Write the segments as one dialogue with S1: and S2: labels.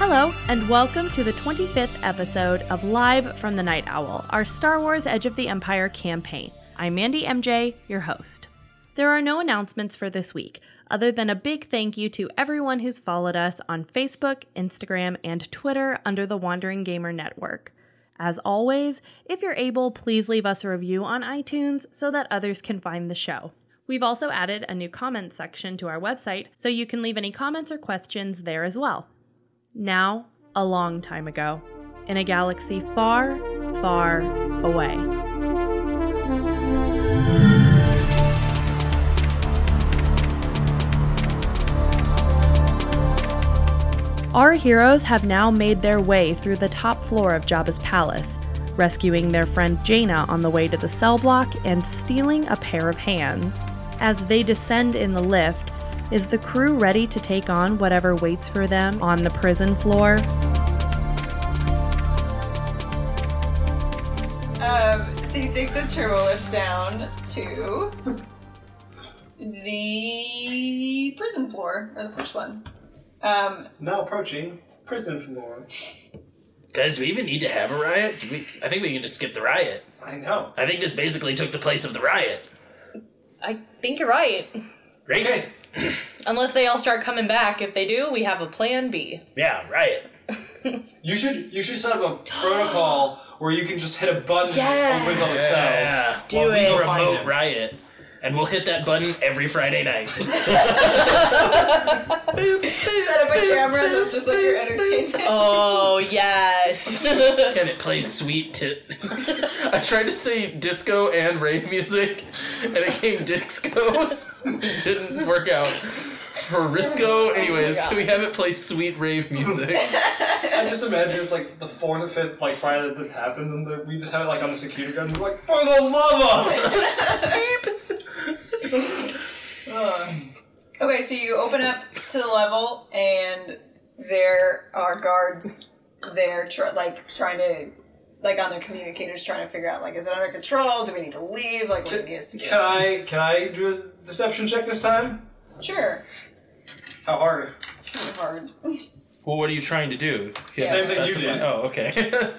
S1: and welcome to the 25th episode of Live from the Night Owl, our Star Wars Edge of the Empire campaign. I'm Mandy MJ, your host. There are no announcements for this week, other than a big thank you to everyone who's followed us on Facebook, Instagram, and Twitter under the Wandering Gamer Network. As always, if you're able, please leave us a review on iTunes so that others can find the show. We've also added a new comments section to our website, so you can leave any comments or questions there as well. Now, a long time ago, in a galaxy far, far away. Our heroes have now made their way through the top floor of Jabba's palace, rescuing their friend Jaina on the way to the cell block and stealing a pair of hands. As they descend in the lift, is the crew ready to take on whatever waits for them on the prison floor?
S2: Um, so you take the turbo lift down to the prison floor, or the first one. Um,
S3: Now approaching prison floor.
S4: Guys, do we even need to have a riot? Do we, I think we can just skip the riot.
S3: I know.
S4: I think this basically took the place of the riot.
S5: I think you're right.
S4: Right?
S3: Okay.
S5: Unless they all start coming back. If they do, we have a plan B.
S4: Yeah, riot.
S3: You should you should set up a protocol where you can just hit a button
S5: Yes.
S3: that opens all the cells.
S4: Yeah.
S5: Do
S3: we go
S5: it.
S3: find
S4: Remote
S3: him.
S4: riot. And we'll hit that button every Friday night.
S2: set up a camera that's just like your entertainment.
S5: Oh, yes.
S4: and it plays sweet to
S6: I tried to say disco and rave music, and it came discos. Didn't work out.
S3: Oh
S6: Risco, anyways,
S5: God.
S6: can we have it play sweet rave music?
S3: I just imagine it's like the fourth or fifth like Friday that this happened, and the, we just have it like on the security guard, and we're like, for the love of!
S2: Okay, so you open up to the level, and there are guards there, tr- like trying to, like on their communicators, trying to figure out like, is it under control? Do we need to leave? Like, what do we need us to do?
S3: Can I can I do a deception check this time?
S2: Sure,
S3: How hard?
S2: it's really hard.
S6: well, what are you trying to do? You have
S3: Same thing
S6: to
S3: you
S6: specify-
S3: did.
S6: Oh,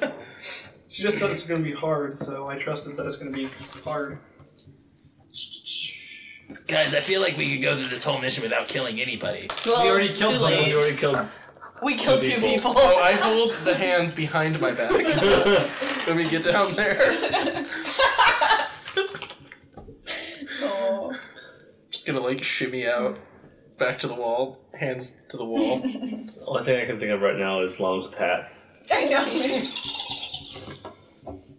S6: okay.
S3: She just said it's gonna be hard, so I trusted that it's gonna be hard.
S4: guys. I feel like we could go through this whole mission without killing anybody.
S5: Well,
S3: We already killed
S5: too
S3: someone.
S5: late.
S3: We
S4: already killed.
S5: We killed two
S4: people.
S5: people.
S6: oh, I hold the hands behind my back when we get down there.
S2: Oh.
S6: Just gonna like shimmy out, back to the wall, hands to the wall.
S7: Only thing I can think of right now is lounge with hats.
S2: I know.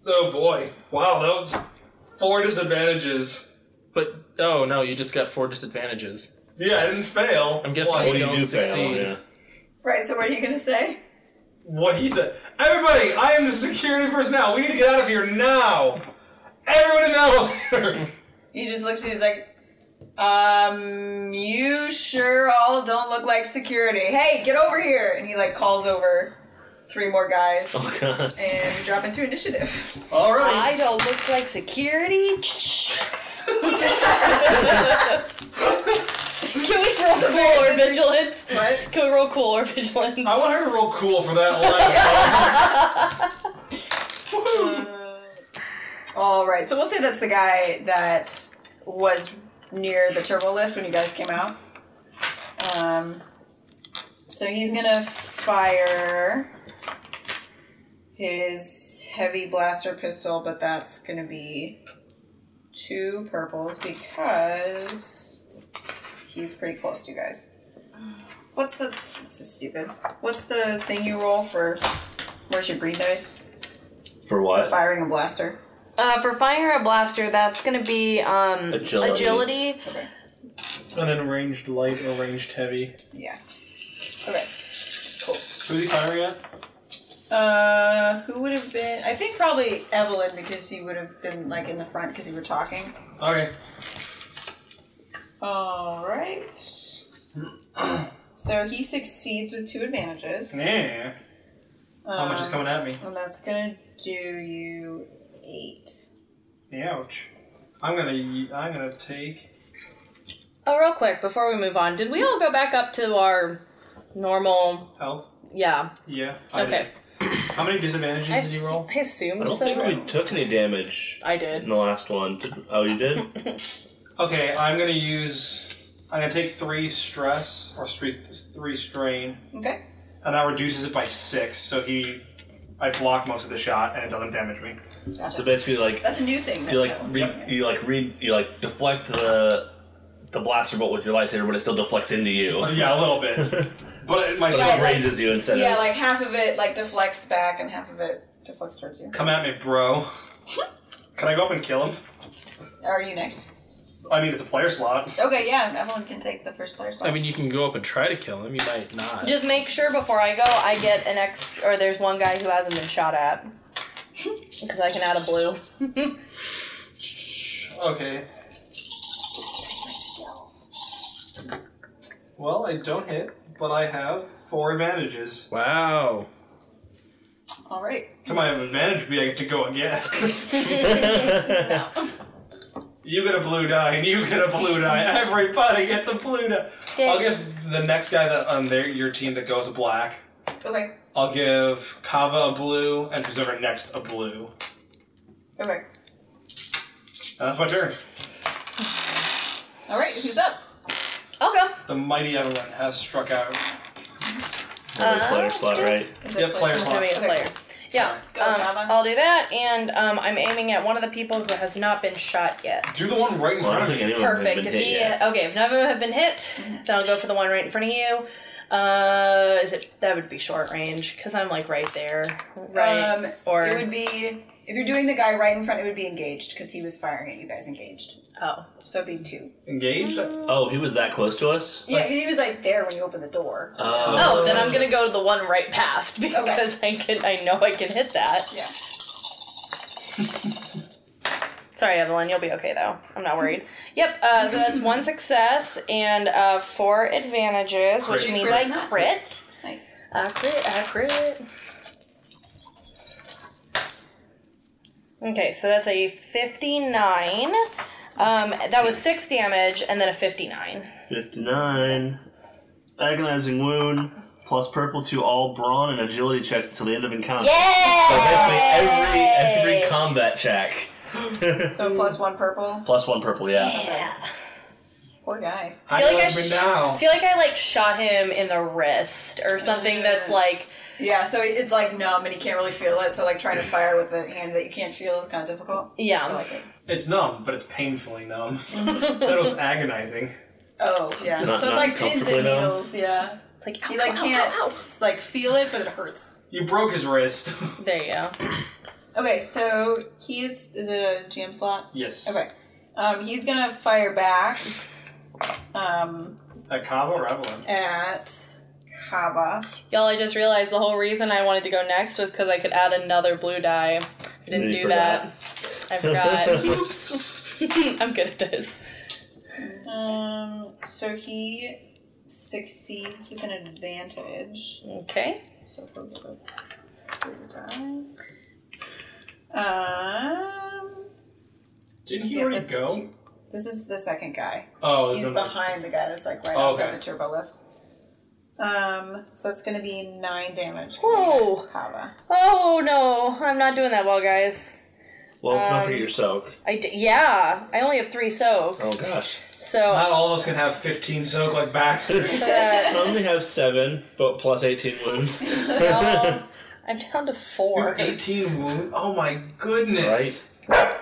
S3: Oh boy! Wow, that was four disadvantages.
S6: But oh no, you just got four disadvantages.
S3: Yeah, I didn't fail.
S6: I'm guessing
S3: Why?
S6: you don't succeed.
S7: yeah.
S2: right. So what are you gonna say?
S3: What he said. Everybody, I am the security personnel. We need to get out of here now. Everyone in the elevator.
S2: He just looks at you. He's like, um, you sure all don't look like security. Hey, get over here! And he like calls over three more guys,
S7: Oh god.
S2: and we drop into initiative.
S3: All right.
S5: I don't look like security. Can we roll cool or vigilance?
S2: What?
S5: Can we roll cool or vigilance?
S3: I want her to roll cool for that last.
S2: All right. So we'll say that's the guy that was near the turbo lift when you guys came out. Um, so he's gonna fire his heavy blaster pistol, but that's gonna be two purples because he's pretty close to you guys. What's the? This is stupid. What's the thing you roll for? Where's your green dice?
S7: For what?
S2: Firing a blaster.
S5: Uh, for fire a blaster, that's gonna be um,
S7: Agility.
S5: agility.
S2: Okay.
S3: and then ranged light or ranged heavy.
S2: Yeah. Okay. Cool.
S3: Who's he firing at?
S2: Uh, who would have been? I think probably Evelyn because he would have been like in the front because you were talking.
S3: Okay.
S2: All right. So he succeeds with two advantages.
S3: Yeah. How much is
S2: Um,
S3: coming at me?
S2: And that's gonna do you eight.
S3: Ouch. I'm gonna. I'm gonna take.
S5: Oh, real quick before we move on, did we all go back up to our normal
S3: Health.
S5: Yeah.
S3: Yeah. I did.
S5: Okay.
S3: How many disadvantages
S5: I
S3: did you roll?
S2: I assumed
S7: I don't
S2: so.
S7: think we took any damage
S5: I
S7: in
S5: did.
S7: the last one. Did- Oh, you did?
S3: Okay, I'm gonna use. I'm gonna take three stress or three, three strain,
S2: Okay.
S3: and that reduces it by six. So he, I block most of the shot, and it doesn't damage me.
S7: So basically, like
S2: That's a new thing.
S7: you
S2: that
S7: like
S2: happens.
S7: re- you like re- you like deflect the the blaster bolt with your lightsaber, but it still deflects into you.
S3: But Oh,
S7: But
S3: yeah, a little bit. But it, my
S7: it
S2: Yeah,
S3: shot.
S2: like-
S7: raises you instead
S2: yeah,
S7: of
S2: like half of it like deflects back and half of it deflects towards you.
S3: Come at me, bro. Can I go up and kill him?
S2: Are you next?
S3: I mean, it's a player slot.
S2: Okay, yeah, Evelyn can take the first player slot.
S6: I mean, you can go up and try to kill him. You might not.
S5: Just make sure before I go, I get an ex, or there's one guy who hasn't been shot at. Because I can add a blue.
S3: Okay. Well, I don't hit, but I have four advantages.
S6: wow.
S2: All right.
S3: Come on, I have advantage B. I get to go again. You get a blue die, and you get a blue die. Everybody gets a blue die. I'll give the next guy that on their your team that goes black.
S2: Okay.
S3: I'll give Kava a blue, and whoever next a blue.
S2: Okay.
S3: That's my turn.
S2: All right. Who's up?
S5: I'll go.
S3: The mighty Evelyn has struck out.
S7: another player slot, right?
S2: Is
S3: Yep, player
S5: It's
S3: slot.
S5: gonna be a
S2: Okay.
S5: player. Yeah,
S2: Go,
S5: um,
S2: Java.
S5: I'll do that, and um, I'm aiming at one of the people who has not been shot yet.
S3: Do the one right in
S7: Well,
S3: front
S7: I don't
S3: of
S7: think
S3: you.
S7: anyone has
S5: Perfect.
S7: been
S5: If
S7: hit
S5: he uh,
S7: yet.
S5: okay, if none of them have been hit, then I'll go for the one right in front of you. Uh, is it that would be short range because I'm like right there, right?
S2: Um,
S5: or
S2: it would be if you're doing the guy right in front. It would be engaged because he was firing at you guys engaged.
S5: oh,
S2: So it'd be two.
S3: Engaged.
S7: Oh, he was that close to us.
S2: Yeah, he was like there when you opened the door.
S7: Oh.
S5: oh, then I'm gonna go to the one right past because I can I know I can hit that.
S2: Yeah.
S5: Sorry, Evelyn, you'll be okay though. I'm not worried. Yep. Uh, so that's one success and uh, four advantages, which
S3: Crit.
S5: means
S2: Crit.
S5: I crit.
S2: Nice.
S5: I crit, I crit. Okay, so that's a 59. Um, that was 6 damage and then a 59.
S7: 59. Agonizing wound, plus purple to all brawn and agility checks until the end of encounter. So basically, every every combat check,
S2: So plus one purple.
S7: plus one purple. Yeah.
S5: Yeah.
S2: Poor guy.
S3: I
S5: feel like I
S3: love me
S5: sh- I
S3: now.
S5: feel like I like shot him in the wrist or something that's like
S2: Yeah. So it- it's like numb and he can't really feel it. So like trying to fire with a hand that you can't feel is kind of difficult. I
S5: yeah.
S2: like it.
S3: It's numb, but it's painfully numb. Said it was agonizing.
S2: Oh yeah.
S7: Not-
S2: so it's
S7: not
S2: like pins
S7: comfortably
S2: and
S7: numb?
S2: needles. Yeah.
S5: It's like
S2: You
S5: ow,
S2: like
S5: ow, ow,
S2: can't
S5: ow,
S2: s- like feel it, but it hurts.
S3: You broke his wrist.
S5: ow. There you go.
S2: Okay. So he's is it a GM slot?
S3: yes.
S2: Okay. Um, he's gonna fire back um,
S3: At Kava or Evelyn?
S2: at Kaba.
S5: Y'all, I just realized the whole reason I wanted to go next was because I could add another blue die. I didn't
S7: You
S5: do
S7: forgot.
S5: that. I forgot. I'm good at this.
S2: Um, so he succeeds with an advantage.
S5: Okay.
S2: So he'll get a three die. Um,
S3: Didn't he
S2: yeah,
S3: already
S2: that's
S3: go?
S2: two- This is the second guy.
S3: Oh, is
S2: He's
S3: it-
S2: behind the guy that's like right
S3: Oh,
S2: outside
S3: okay.
S2: the turbo lift. Um, so it's gonna be nine damage.
S5: Whoa.
S2: Kava.
S5: Oh no, I'm not doing that well, guys.
S7: Well, don't forget your soak.
S5: I d- yeah, I only have three soak,
S7: Oh gosh.
S5: so
S3: Not all of us can have 15 soak like Baxter.
S7: I
S5: that
S7: only have seven, but plus 18 wounds.
S5: well, I'm down to four.
S3: 18 wound. Oh my goodness. Right.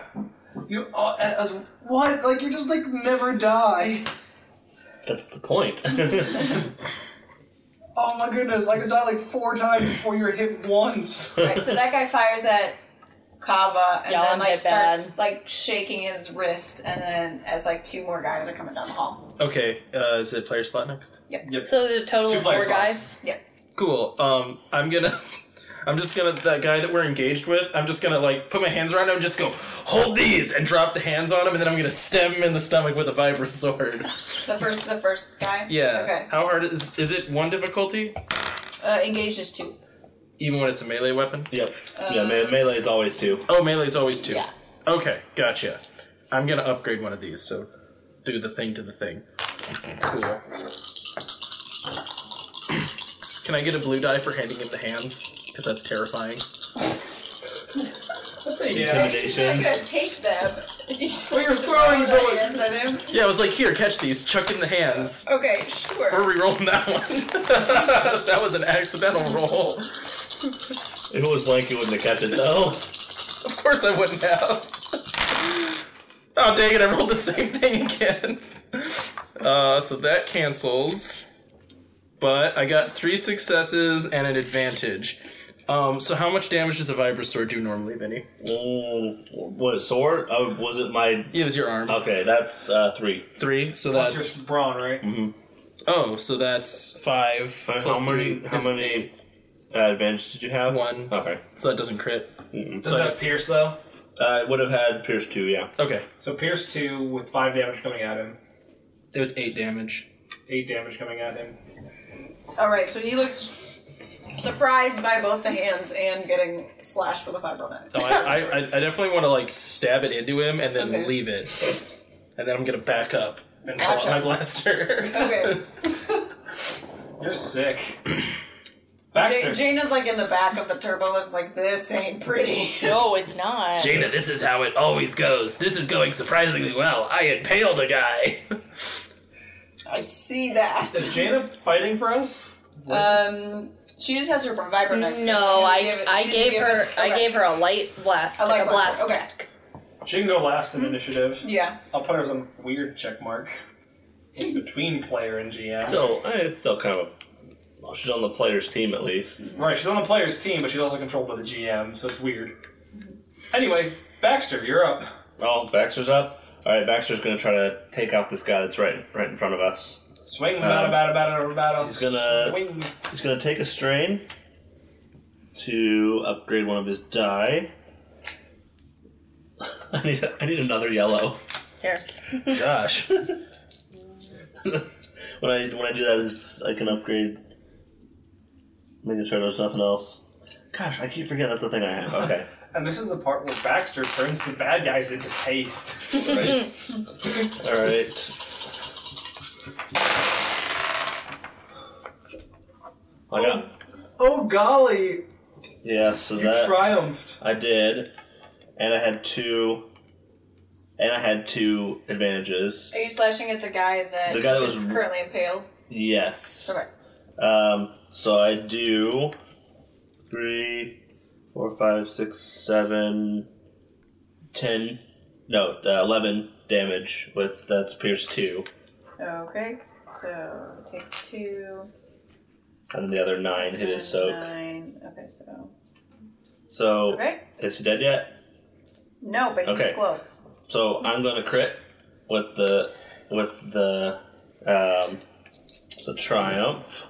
S3: You all, as what? Like you just like never die.
S7: That's the point.
S3: Oh my goodness! I could die like four times before you're hit once.
S2: Right, so that guy fires at Kava and
S5: Y'all
S2: then like
S5: get bad.
S2: starts like shaking his wrist and then as like two more guys are coming down the hall.
S6: Okay. Uh, is it player slot next?
S5: So the total
S3: Two
S5: of four
S3: player
S5: guys.
S3: slots.
S2: Yeah.
S6: Cool. Um, I'm gonna. I'm just gonna that guy that we're engaged with. I'm just gonna like put my hands around him, and just go hold these, and drop the hands on him, and then I'm gonna stab him in the stomach with a vibro sword.
S2: The first the first guy?
S6: Yeah.
S2: Okay.
S6: How hard is is it? One difficulty,
S2: Uh, engaged is two.
S6: even when it's a melee weapon.
S7: yep. yeah, me- melee is always two.
S6: Oh, melee's always two.
S5: Yeah.
S6: Okay, gotcha. I'm gonna upgrade one of these. So, do the thing to the thing. Cool. Can I get a blue die for handing him the hands? Because that's terrifying.
S3: Yeah.
S2: I'm
S7: Intimidation.
S2: gonna take them.
S3: Well, you're throwing so much-
S6: Yeah, I was like, here, catch these. Chuck in the hands.
S2: Okay, sure.
S6: We're re-rolling that one. that was an accidental roll.
S7: If it was blank, you wouldn't have kept it though.
S6: Of course I wouldn't have. Oh dang it, I rolled the same thing again. Uh, so that cancels. But I got three successes and an advantage. Um, so how much damage does a vibrosaur do normally, Vinny?
S7: Mm, what sword? Oh, was it my?
S6: It was your arm.
S7: Okay, that's uh, three.
S6: Three. So
S3: That's
S6: that's
S3: your brawn, right?
S6: oh, so that's five plus
S7: how many?
S6: three
S7: How
S6: is
S7: many uh, advantage did you have?
S6: One.
S7: Okay.
S6: So that doesn't crit.
S3: So that's Pierce though.
S7: Uh, it would have had Pierce two. Yeah.
S6: Okay,
S3: So Pierce two with five damage coming at him,
S6: it was eight damage.
S3: eight damage coming at him.
S2: Alright, so he looks surprised by both the hands and getting slashed with a fibronet.
S6: No, I, I, I I definitely want to like stab it into him and then
S2: Okay.
S6: leave it, and then I'm gonna back up and pull out
S2: Gotcha.
S6: my blaster.
S2: Okay.
S3: You're sick.
S2: Ja-
S3: Baxter.
S2: Jaina's like in the back of the turbo and it's like, this ain't pretty.
S5: No, it's not.
S4: Dana, this is how it always goes. This is going surprisingly well. I impaled a guy.
S2: I see that.
S3: Is Jaina fighting for us?
S2: Um, she just has her vibro knife.
S5: No,
S2: You
S5: I
S2: give it-
S5: I
S2: did you
S5: gave
S2: give
S5: her
S2: it-
S5: I
S2: okay.
S5: gave her a light blast,
S2: A light
S5: like a
S2: blast,
S5: blast
S2: okay.
S5: attack.
S3: She can go last in initiative.
S2: Yeah.
S3: I'll put her as a weird check mark in between player and GM.
S7: Still, eh, it's still kind of. Well, she's on the player's team at least.
S3: Right, she's on the player's team, but she's also controlled by the GM, so it's weird. Anyway, Baxter, you're up.
S7: Oh, Baxter's up. All right, Baxter's gonna try to take out this guy that's right right in front of us.
S3: Swing, bada, bada, bada, bada.
S7: Um, he's gonna-
S3: Swing.
S7: He's gonna take a strain to upgrade one of his die. I need I need another yellow.
S5: Here.
S6: Gosh,
S7: When I when I do that, it's, I can upgrade. Making sure there's nothing else. Gosh, I keep forgetting that's the thing I have. Okay.
S3: And this is the part where Baxter turns the bad guys into paste.
S7: Right. All right. I got.
S3: Oh, golly!
S7: Yeah, so
S3: You
S7: that
S3: triumphed.
S7: I did, and I had two, and I had two advantages.
S2: Are you slashing at the guy that,
S7: The guy that is was-
S2: currently impaled?
S7: Yes.
S2: Okay.
S7: Um. So I do three, four, five, six, seven, ten. No, uh, eleven damage with that's Pierce two,
S2: Okay. So it takes two.
S7: and then the other nine hit his soak.
S8: uh,
S2: Nine. Okay, so.
S7: So
S2: Okay.
S7: is he dead yet?
S2: No, but he's
S7: Okay.
S2: close.
S7: So I'm gonna crit with the with the um, the triumph.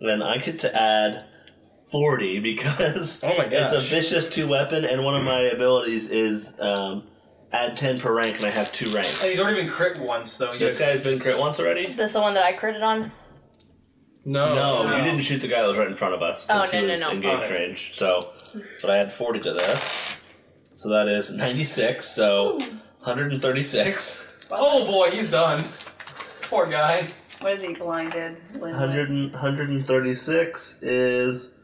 S7: Then I get to add forty because
S6: Oh my
S7: it's a
S6: gosh.
S7: vicious two weapon, and one of my abilities is um, add ten per rank, and I have two
S3: And he's
S7: ranks.
S3: already been crit once, though.
S7: This
S3: You-
S7: guy's been crit once already. Oh,
S5: This the one that I critted on.
S6: no,
S7: no,
S3: no.
S7: you didn't shoot the guy that was right in front of us. 'cause
S5: Oh,
S7: he
S5: no, no,
S7: was
S5: no.
S7: In gauge
S3: Okay.
S7: range. So, but I add forty to this, so that is ninety six. So, hundred and thirty six.
S3: Oh, boy, he's done. Poor guy.
S2: What is he? Blinded. Limbless.
S7: 100 and- 136 is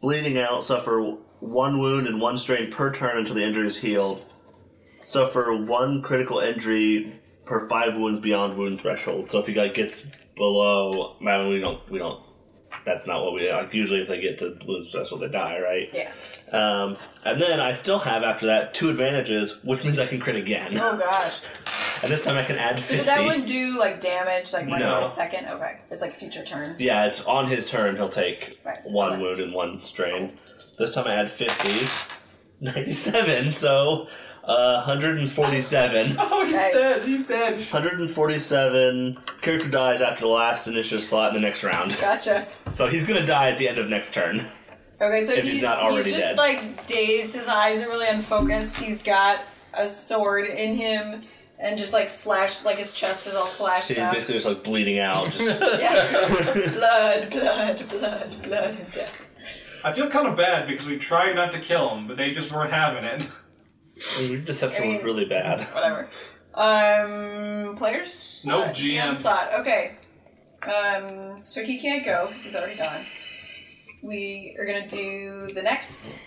S7: bleeding out, suffer one wound and one strain per turn until the injury is healed. Suffer one critical injury per five wounds beyond wound threshold. So if you guy gets below, I mean, we don't, we don't. That's not what we like. Usually, if they get to wound threshold, they die, right?
S2: Yeah.
S7: Um, and then I still have after that two advantages, which means I can crit again,
S2: Oh gosh.
S7: and this time I can add fifty.
S2: But that would do like damage, like one
S7: No.
S2: per second. Okay. It's like future turns.
S7: Yeah, it's on his turn. He'll take
S2: Right.
S7: one
S2: Okay.
S7: wound and one strain. This time I had 50. 97, so uh, 147.
S3: Oh, he's
S2: Okay.
S3: dead. He's dead.
S7: 147. Character dies after the last initiative slot in the next round.
S2: Gotcha.
S7: So he's gonna die at the end of next turn.
S2: Okay, so
S7: If he's not already
S2: just
S7: dead.
S2: like dazed. His eyes are really unfocused. He's got a sword in him, and just like slashed, like his chest is all slashed
S7: He's
S2: out.
S7: basically just like bleeding out. Just,
S2: Yeah. blood, blood, blood, blood, and death.
S3: I feel kind of bad because we tried not to kill him, but they just weren't having it.
S7: your deception
S2: I mean-
S7: was really bad.
S2: Whatever. Um, players. slot,
S3: Nope, GM.
S2: slot. Okay. Um, so he can't go because he's already gone. We are gonna do the next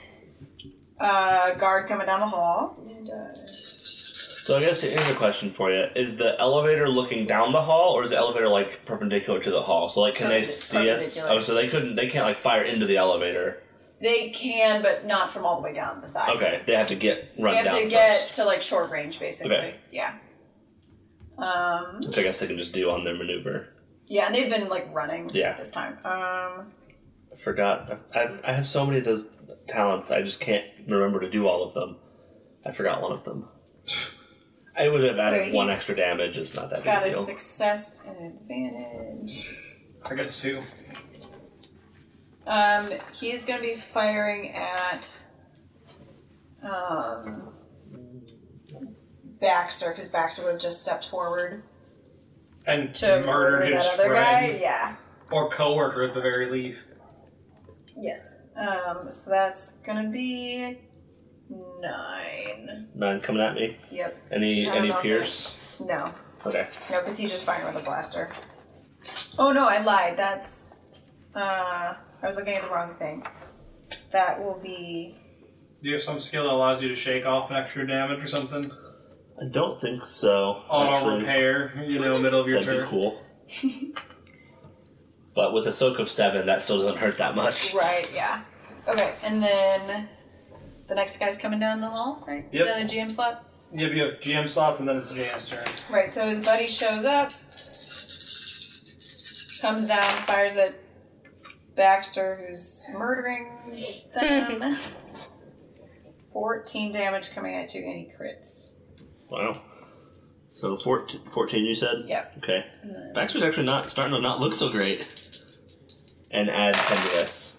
S2: uh, guard coming down the hall. And, uh,
S7: So I guess here's a question for you: Is the elevator looking down the hall, or is the elevator like perpendicular to the hall? So like, can they
S2: Perpendic-
S7: see us?
S2: perpendicular.
S7: Oh, so they couldn't. They can't like fire into the elevator.
S2: they can, but not from all the way down the side.
S7: Okay, they have to get run
S2: They have
S7: Oh, down
S2: to
S7: first.
S2: get to like short range, basically.
S7: Okay.
S2: Yeah. Um,
S7: Which I guess they can just do on their maneuver.
S2: yeah, and they've been like running
S7: Yeah.
S2: this time. Um,
S7: I forgot. I, I have so many of those talents. I just can't remember to do all of them. I forgot one of them. I would have added
S2: Wait,
S7: one
S2: he's
S7: extra damage. It's not that
S2: got
S7: big
S2: a
S7: a deal.
S2: success and advantage.
S3: I got two.
S2: Um, he's gonna be firing at um, Baxter because Baxter would have just stepped forward
S3: And
S2: to
S3: murdered
S2: murder
S3: his
S2: that other
S3: friend
S2: guy. Yeah.
S3: or coworker at the very least.
S2: Yes. Um, so that's gonna be nine.
S7: Nine coming at me.
S2: Yep.
S7: Any
S2: Just
S7: any
S2: turn off
S7: pierce?
S2: it. No.
S7: Okay.
S2: No, because he's just firing with a blaster. Oh no, I lied. That's uh, I was looking at the wrong thing. That will be
S3: Do you have some skill that allows you to shake off extra damage or something?
S7: I don't think so.
S3: Auto
S7: actually.
S3: repair, you know, middle of your turn.
S7: That'd be cool. but with a soak of seven, that still doesn't hurt that much.
S2: right. Yeah. Okay, and then the next guy's coming down the hall, right?
S3: Yep.
S2: The GM slot.
S3: Yep, you have GM slots and then it's GM's turn.
S2: Right. So his buddy shows up, comes down, fires at Baxter, who's murdering them. Fourteen damage coming at you, and he crits.
S7: Wow. So 14, 14 you said?
S2: Yep.
S7: Okay. Baxter's actually not starting to not look so great. And add 10 to this.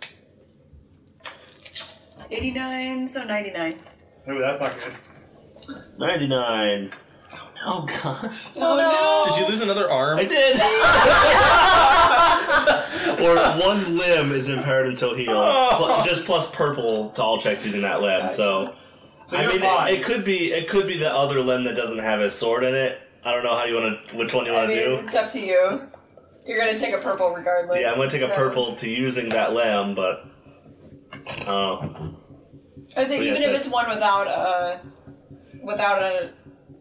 S2: 89, so 99.
S3: Ooh, that's not good.
S7: 99. Oh, no. gosh.
S2: Oh, no.
S6: Did you lose another
S7: I
S6: arm?
S7: did! or one limb is impaired until healed.
S3: Oh.
S7: Pl- Just plus purple to all checks using that limb, so.
S3: So
S7: I
S3: you're
S7: mean,
S3: fine.
S7: it, it could be it could be the other limb that doesn't have a sword in it. I don't know how you want to which one you
S2: I
S7: want to
S2: mean,
S7: do.
S2: it's up to you. You're going to take a purple regardless.
S7: Yeah, I'm gonna take a
S2: so-
S7: purple to using that limb, but oh,
S2: I say,
S7: Like I
S2: even
S7: said.
S2: if it's one without a, without a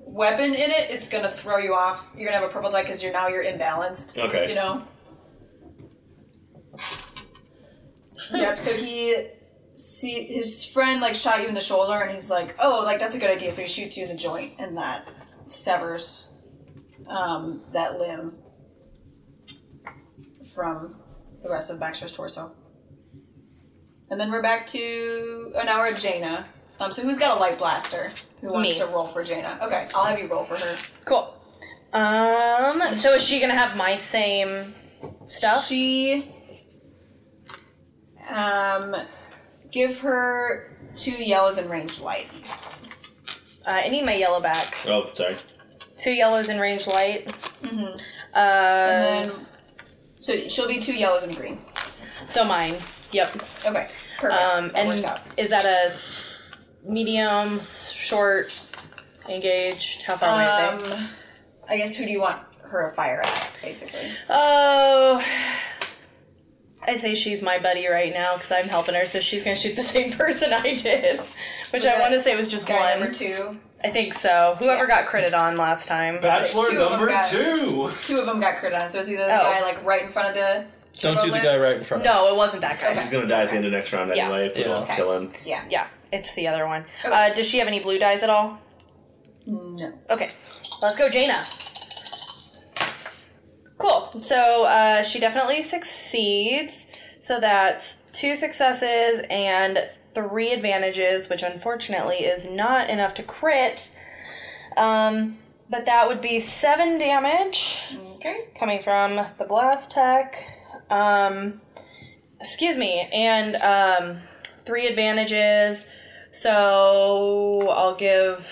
S2: weapon in it, it's going to throw you off. You're going to have a purple die because you're, now you're imbalanced.
S7: Okay.
S2: You know? yep, so he. See his friend like shot you in the shoulder, and he's like, "Oh, like that's a good idea." So he shoots you in the joint, and that severs um, that limb from the rest of Baxter's torso. And then we're back to an hour at Jaina. Um, so who's got a light blaster? Who wants
S5: Me.
S2: to roll for Jaina? Okay, I'll have you roll for her.
S5: Cool. Um, so is she gonna have my same stuff?
S2: She um give her two yellows and range light.
S5: Uh, I need my yellow back.
S7: oh, sorry.
S5: Two yellows and range light. Mm-hmm. Uh,
S2: And then so she'll be two yellows and green.
S5: so mine. Yep.
S2: Okay. Perfect.
S5: Um,
S2: that
S5: and
S2: works out.
S5: is that a medium, s- short, engaged? How far away
S2: Um,
S5: are they?
S2: I guess who do you want her to fire at, basically?
S5: Oh, I say she's my buddy right now because I'm helping her, so she's gonna shoot the same person I did, which I
S2: that
S5: want to say was just
S2: Guy
S5: one.
S2: number two.
S5: I think so. Whoever got critted on last time.
S3: Bachelor
S2: Two of them
S3: number
S2: got it.
S3: two!
S2: Two of them got crit on, it, so it's either the
S5: Oh.
S2: guy like right in front of the.
S6: Don't do the guy right in front of
S5: No, it wasn't that guy.
S7: He's gonna die at the end of next round
S5: Yeah.
S7: anyway. If we don't
S2: Okay.
S7: kill him,
S2: Yeah.
S5: Yeah, it's the other one. Uh, does she have any blue dyes at all?
S2: Oh. No.
S5: Okay, let's go, Jaina. Cool. So uh, she definitely succeeds. So that's two successes and three advantages, which unfortunately is not enough to crit. Um, but that would be seven damage.
S2: Okay.
S5: coming from the blast tech um excuse me and um three advantages so i'll give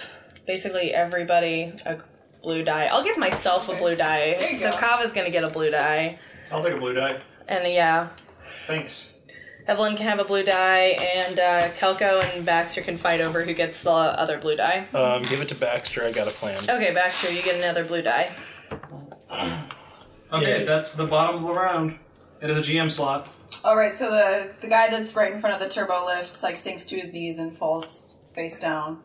S5: basically everybody a blue die i'll give myself a blue die
S2: you
S5: so
S2: go.
S5: kava's gonna get a blue die
S3: I'll take a blue die.
S5: and yeah
S3: Thanks.
S5: evelyn can have a blue die and uh, kelko and baxter can fight over who gets the other blue die
S6: him. Um, give it to Baxter. I got a plan.
S5: okay baxter you get another blue die
S3: Okay,
S7: Yeah.
S3: that's the bottom of the round. It is a GM slot.
S2: All right, so the the guy that's right in front of the turbo lift like sinks to his knees and falls face down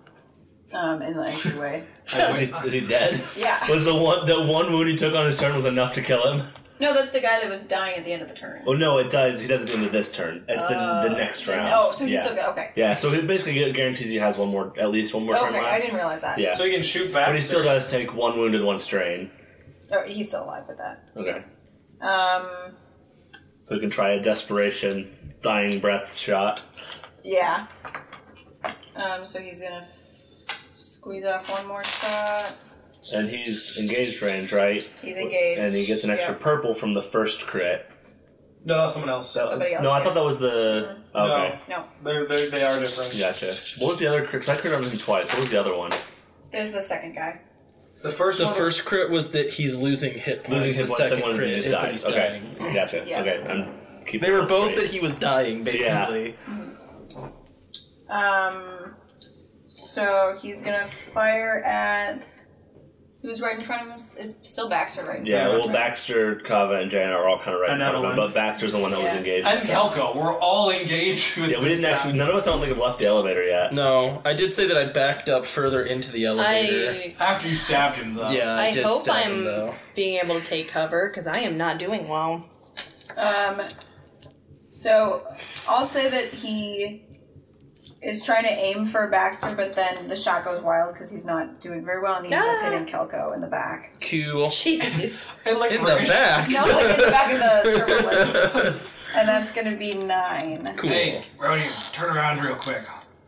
S2: um, in the entryway.
S7: Is he, is he dead?
S2: Yeah.
S7: Was the one the one wound he took on his turn was enough to kill him?
S2: No, that's the guy that was dying at the end of the turn.
S7: Well, no, it does. He does it into this turn. It's the, the next
S2: Then-
S7: round.
S2: oh, so he's
S7: yeah.
S2: still good. Okay.
S7: Yeah, so he basically gu- guarantees he has one more, at least one more turn
S2: okay,
S7: left.
S2: I didn't realize that.
S7: Yeah,
S3: So you can shoot back.
S7: but he still does take one wound and one strain.
S2: Oh, he's still alive with that.
S7: Okay,
S2: Um,
S7: so we can try a desperation, dying breath shot.
S2: yeah. Um, so he's gonna f- squeeze off one more shot.
S7: And he's engaged range, right?
S2: He's engaged.
S7: And he gets an extra
S2: Yeah.
S7: purple from the first crit.
S3: No, that's someone else.
S7: That-
S2: Somebody else,
S7: no, I
S2: yeah.
S7: thought that was the. Okay.
S2: No,
S3: They're, they're, they are different.
S7: Gotcha. What was the other crit? Because I crit on him twice. What was the other one?
S2: there's the second guy.
S3: The first
S4: The
S3: one-
S4: first crit was that he's losing hit points.
S7: Losing his
S4: the
S7: one,
S4: second
S7: someone
S4: crit
S7: just
S4: is that
S7: dies.
S4: he's
S7: Okay.
S4: dying.
S7: Gotcha.
S2: Yeah.
S7: Okay. I'm keeping
S4: They were
S7: those
S4: both
S7: straight.
S4: that he was dying, basically.
S2: Um, so he's gonna fire at who's right in front of him. It's still Baxter, right?
S7: Yeah,
S3: Yeah,
S7: well,
S3: okay.
S7: Baxter, Kava, and Jana are all kind of right in
S3: Another
S7: front of him,
S3: one.
S7: but Baxter's the one that was
S2: Yeah.
S7: engaged.
S3: And Kelko. We're all engaged with
S7: yeah, we
S3: this
S7: didn't
S3: guy.
S7: actually. None of us, I don't think, have left the elevator yet.
S4: No, I did say that I backed up further into the elevator.
S5: I
S3: After you stabbed him, though.
S4: yeah, I,
S5: I
S4: did
S5: hope
S4: stab him,
S5: I'm
S4: though.
S5: being able to take cover because I am not doing well.
S2: Um, so I'll say that he is trying to aim for Baxter, but then the shot goes wild because he's not doing very well, and he ends
S5: Ah.
S2: up hitting Kelko in the back.
S4: Cool.
S5: Jeez.
S3: And like
S4: In the
S3: Raish-
S4: back.
S2: No, like in the back of the turbo lift. and that's gonna be nine.
S4: Cool.
S3: Hey, Rody, turn around real quick.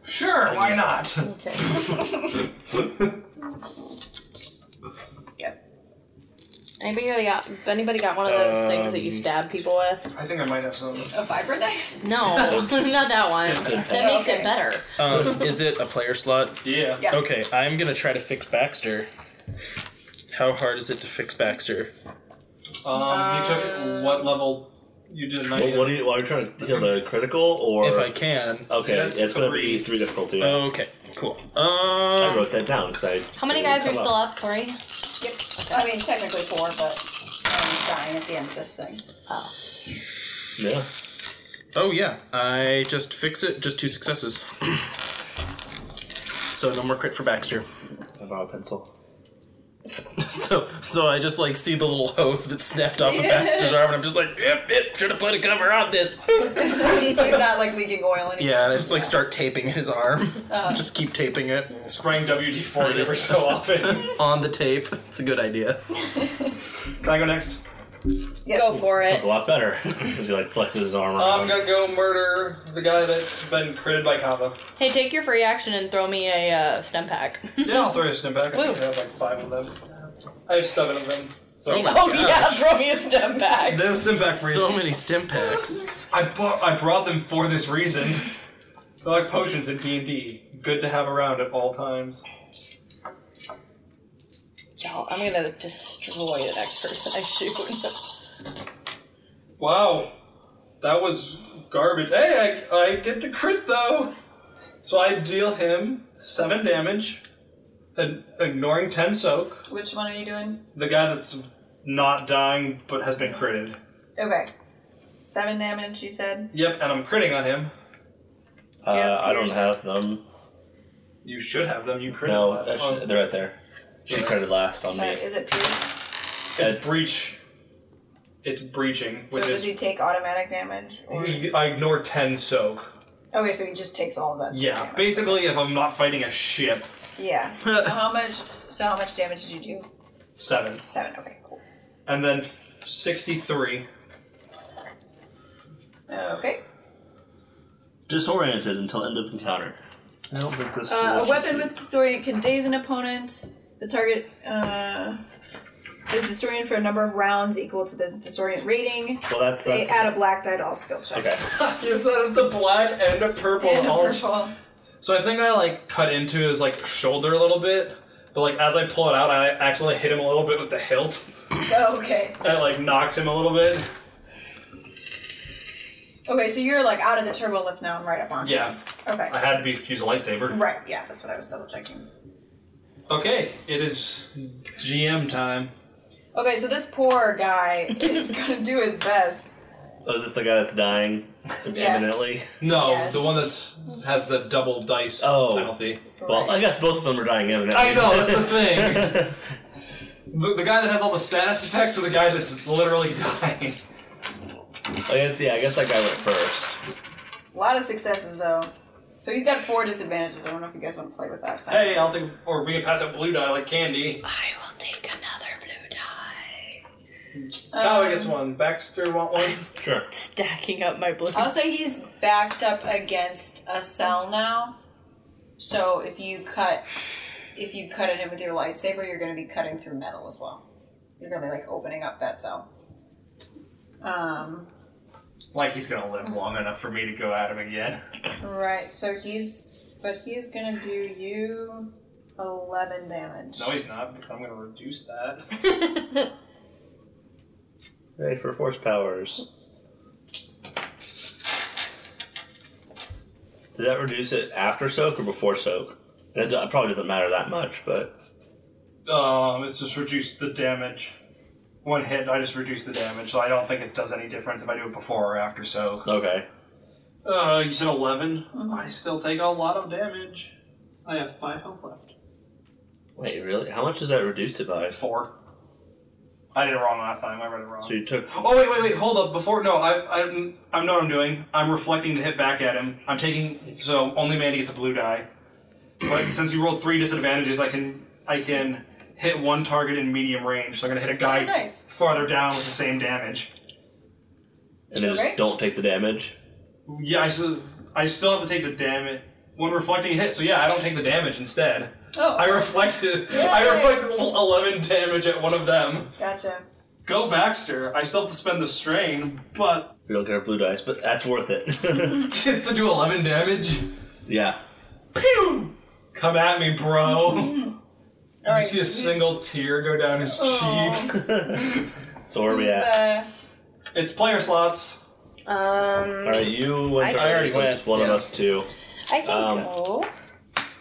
S3: Sure, why not?
S2: Okay. yep.
S5: Anybody got anybody got one of those things that you
S7: Um,
S5: stab people with?
S3: I think I might have some.
S2: A fiber knife.
S5: No, not that one. That makes
S2: Okay.
S5: it better.
S4: Um, is it a player slot?
S3: Yeah.
S2: Yeah.
S4: Okay, I'm gonna try to fix Baxter. How hard is it to fix Baxter?
S3: Um, you took what level? You did not
S7: What, what are you? Are you trying to heal the critical or?
S4: If I can.
S7: okay,
S3: That's
S7: it's gonna
S3: three.
S7: be three difficulty.
S6: Uh,
S4: Okay, cool.
S7: I
S4: Um,
S7: wrote that down because I.
S5: How many
S7: it
S5: guys are
S7: didn't come
S5: still up? Three.
S2: Yep. I mean, technically four, but I'm dying at the end of this thing.
S7: Yeah.
S4: oh yeah, I just fix it. Just two successes. so no more crit for Baxter.
S7: I brought a pencil.
S4: So, so I just like see the little hose that snapped off of Baxter's arm, and I'm just like, yep, yep, should have put a cover on this.
S2: He's not like leaking oil anymore.
S4: yeah, and I just like start taping his arm. just keep taping it
S3: Spraying WD 40 every so often. Can
S4: on the tape. It's a good idea.
S3: I go next?
S2: Yes.
S5: Go for
S7: That's
S5: it.
S7: a lot better because he like flexes his arm around.
S3: I'm gonna go murder the guy that's been critted by Kava.
S5: Hey, take your free action and throw me a uh, stem pack.
S3: Yeah, I'll throw his stim back. I think
S5: Woo.
S3: I have like five of them. I have seven of them. So
S4: Oh my
S5: Oh yeah,
S4: gosh.
S5: throw me a stem pack.
S3: there's stim back for you.
S4: So many stim packs.
S3: I bought, I brought them for this reason. They're like potions in D and D. Good to have around at all times.
S5: Y'all, I'm gonna destroy the next person I shoot.
S3: Wow, that was garbage. Hey, I, I get the crit though. So I deal him seven damage, and ignoring ten soak.
S2: Which one are you doing?
S3: The guy that's not dying but has been critted.
S2: Okay. Seven damage, you said?
S3: Yep, and I'm critting on him.
S7: uh,
S2: Yeah,
S7: I don't
S2: yours.
S7: have them.
S3: You should have them. You critted.
S7: No,
S3: last.
S7: actually,
S3: Oh,
S7: they're right there. She
S3: Yeah.
S7: credit last on
S2: Sorry,
S7: me.
S2: is it Pierce?
S7: Ed-
S3: it's breach. It's breaching,
S2: So
S3: which
S2: does
S3: is.
S2: he take automatic damage? Or...
S3: I ignore ten soak.
S2: Okay, so he just takes all of that. sort of
S3: Yeah,
S2: damage.
S3: basically, if I'm not fighting a ship,
S2: Yeah. so how much? So how much damage did you do?
S3: seven,
S2: Seven. Okay, cool.
S3: and then f- sixty-three.
S2: Okay.
S7: Disoriented until end of encounter. I don't think this.
S2: Uh, a weapon with disorient can daze an opponent. The target uh, is disoriented for a number of rounds equal to the disorient rating.
S7: Well, that's
S2: They
S7: that's.
S2: add a black die to all skill checks.
S7: okay.
S3: you said it's a black and a purple.
S2: And a
S3: all-
S2: purple.
S3: So I think I like cut into his like shoulder a little bit, but like as I pull it out, I accidentally hit him a little bit with the hilt,
S2: Oh, okay.
S3: and it like knocks him a little bit.
S2: Okay, so you're like out of the turbo lift now and right up on.
S3: Yeah,
S2: Okay.
S3: I had to be use a lightsaber.
S2: Right. Yeah, that's what I was double checking.
S3: Okay, it is GM time.
S2: Okay, so this poor guy is gonna do his best.
S7: Oh, is this the guy that's dying
S2: Yes.
S7: imminently?
S6: No,
S2: Yes.
S6: the one that's has the double dice
S7: Oh.
S6: penalty.
S7: Well, I guess both of them are dying imminently.
S6: I know that's the thing. the, the guy that has all the status effects, or the guy that's literally dying.
S7: I guess yeah. I guess that guy went first.
S2: A lot of successes though. So he's got four disadvantages. I don't know if you guys want to play with that. Simon.
S3: Hey, I'll take, or we can pass out blue dye like candy.
S1: I will take another blue Um, die.
S3: Kyle gets one. Baxter want one.
S7: Sure.
S5: Stacking up my blue.
S2: I'll say he's backed up against a cell now. So if you cut, if you cut at him with your lightsaber, you're going to be cutting through metal as well. You're going to be like opening up that cell. Um.
S3: Like he's gonna live long enough for me to go at him again.
S2: Right. So he's, but he's going to do you eleven damage.
S3: No, he's not because I'm gonna reduce that.
S7: Ready for force powers. Does that reduce it after soak or before soak? It do- it probably doesn't matter that much, but
S3: Um, it's just reduced the damage. One hit, I just reduce the damage, so I don't think it does any difference if I do it before or after soak.
S7: okay.
S3: Uh, you said 11?
S1: Mm-hmm.
S3: I still take a lot of damage. I have 5 health left.
S7: Wait, really? How much does that reduce it by? So
S3: 4. I did it wrong last time, I read it wrong.
S7: you took.
S3: Oh wait, wait, wait! Hold up! Before no, I, I'm, I know what I'm doing. I'm reflecting the hit back at him. I'm taking so only Mandy gets a blue die, but since you rolled three disadvantages, I can, I can hit one target in medium range. So I'm gonna hit a guy
S2: Oh, nice.
S3: farther down with the same damage.
S7: And then
S2: Okay.
S7: just don't take the damage.
S3: Yeah, I, s- I still have to take the damage when reflecting a hit. So yeah, I don't take the damage instead.
S2: Oh,
S3: I reflected. I
S2: Yay.
S3: reflected eleven damage at one of them.
S2: gotcha.
S3: Go Baxter! I still have to spend the strain, but
S7: We don't get our blue dice, but that's worth it.
S3: get to do eleven damage.
S7: yeah.
S3: Pew! Come at me, bro.
S2: All right.
S3: you see a
S2: he's-
S3: single tear go down his
S2: Oh.
S3: cheek.
S7: So where are we
S2: he's, uh,
S7: at?
S3: It's player slots.
S5: Um,
S7: All right, you went.
S5: I-
S6: I already
S7: first, it's
S6: went,
S7: One of
S6: yeah.
S7: us two.
S5: I can
S7: Um,
S5: go.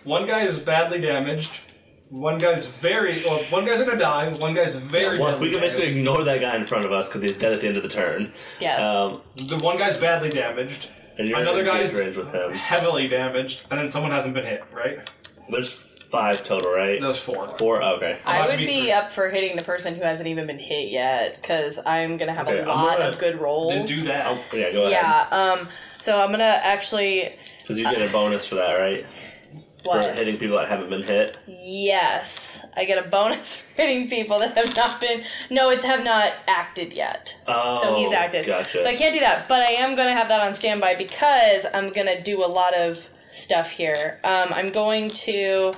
S3: One guy is badly damaged. One guy's very. Well, one guy's gonna die. One guy's very.
S7: Well,
S3: badly
S7: we can basically
S3: damaged.
S7: ignore that guy in front of us because he's dead at the end of the turn.
S5: Yes.
S7: Um,
S3: The one guy's badly damaged.
S7: and you're
S3: Another
S7: in engage
S3: guy's-
S7: range with him.
S3: Heavily damaged, and then someone hasn't been hit, right?
S7: There's five total, right?
S3: Those four.
S7: Four. Okay.
S3: about
S5: I
S3: to
S5: would
S3: be
S5: be,
S3: three.
S5: up for hitting the person who hasn't even been hit yet, because I'm gonna have
S7: Okay,
S5: a
S7: I'm
S5: lot
S7: gonna-
S5: of good rolls.
S3: Then do that.
S7: Oh, yeah. Go ahead.
S5: Yeah. Um. So I'm gonna actually.
S7: Because you get a bonus for that, right?
S5: What?
S7: For hitting people that haven't been hit.
S5: Yes, I get a bonus for hitting people that have not been. No, it's have not acted yet.
S7: Oh,
S5: So he's acted.
S7: Gotcha.
S5: So I can't do that, but I am going to have that on standby because I'm going to do a lot of stuff here. Um, I'm going to.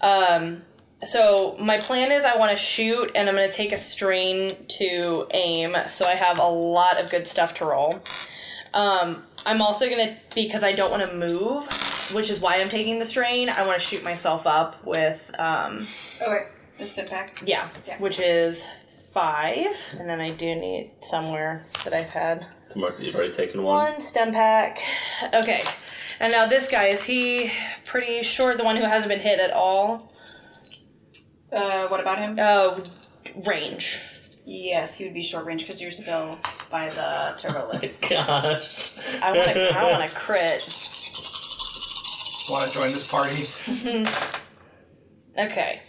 S5: Um, so my plan is I want to shoot and I'm going to take a strain to aim, so I have a lot of good stuff to roll. Um, I'm also going to, because I don't want to move, which is why I'm taking the strain, I want to shoot myself up with. Um,
S2: okay. Just step back.
S5: yeah,
S2: Yeah.
S5: which is five. And then I do need somewhere that I've had
S7: To mark that you've already taken one.
S5: one stem pack. Okay. And now this guy, is he pretty sure the one who hasn't been hit at all?
S2: Uh, what about him?
S5: Oh, range.
S2: Yes, he would be short range because you're still by the turbo lift.
S7: Gosh.
S5: I want to I want to crit.
S3: Want to join this party?
S5: Okay.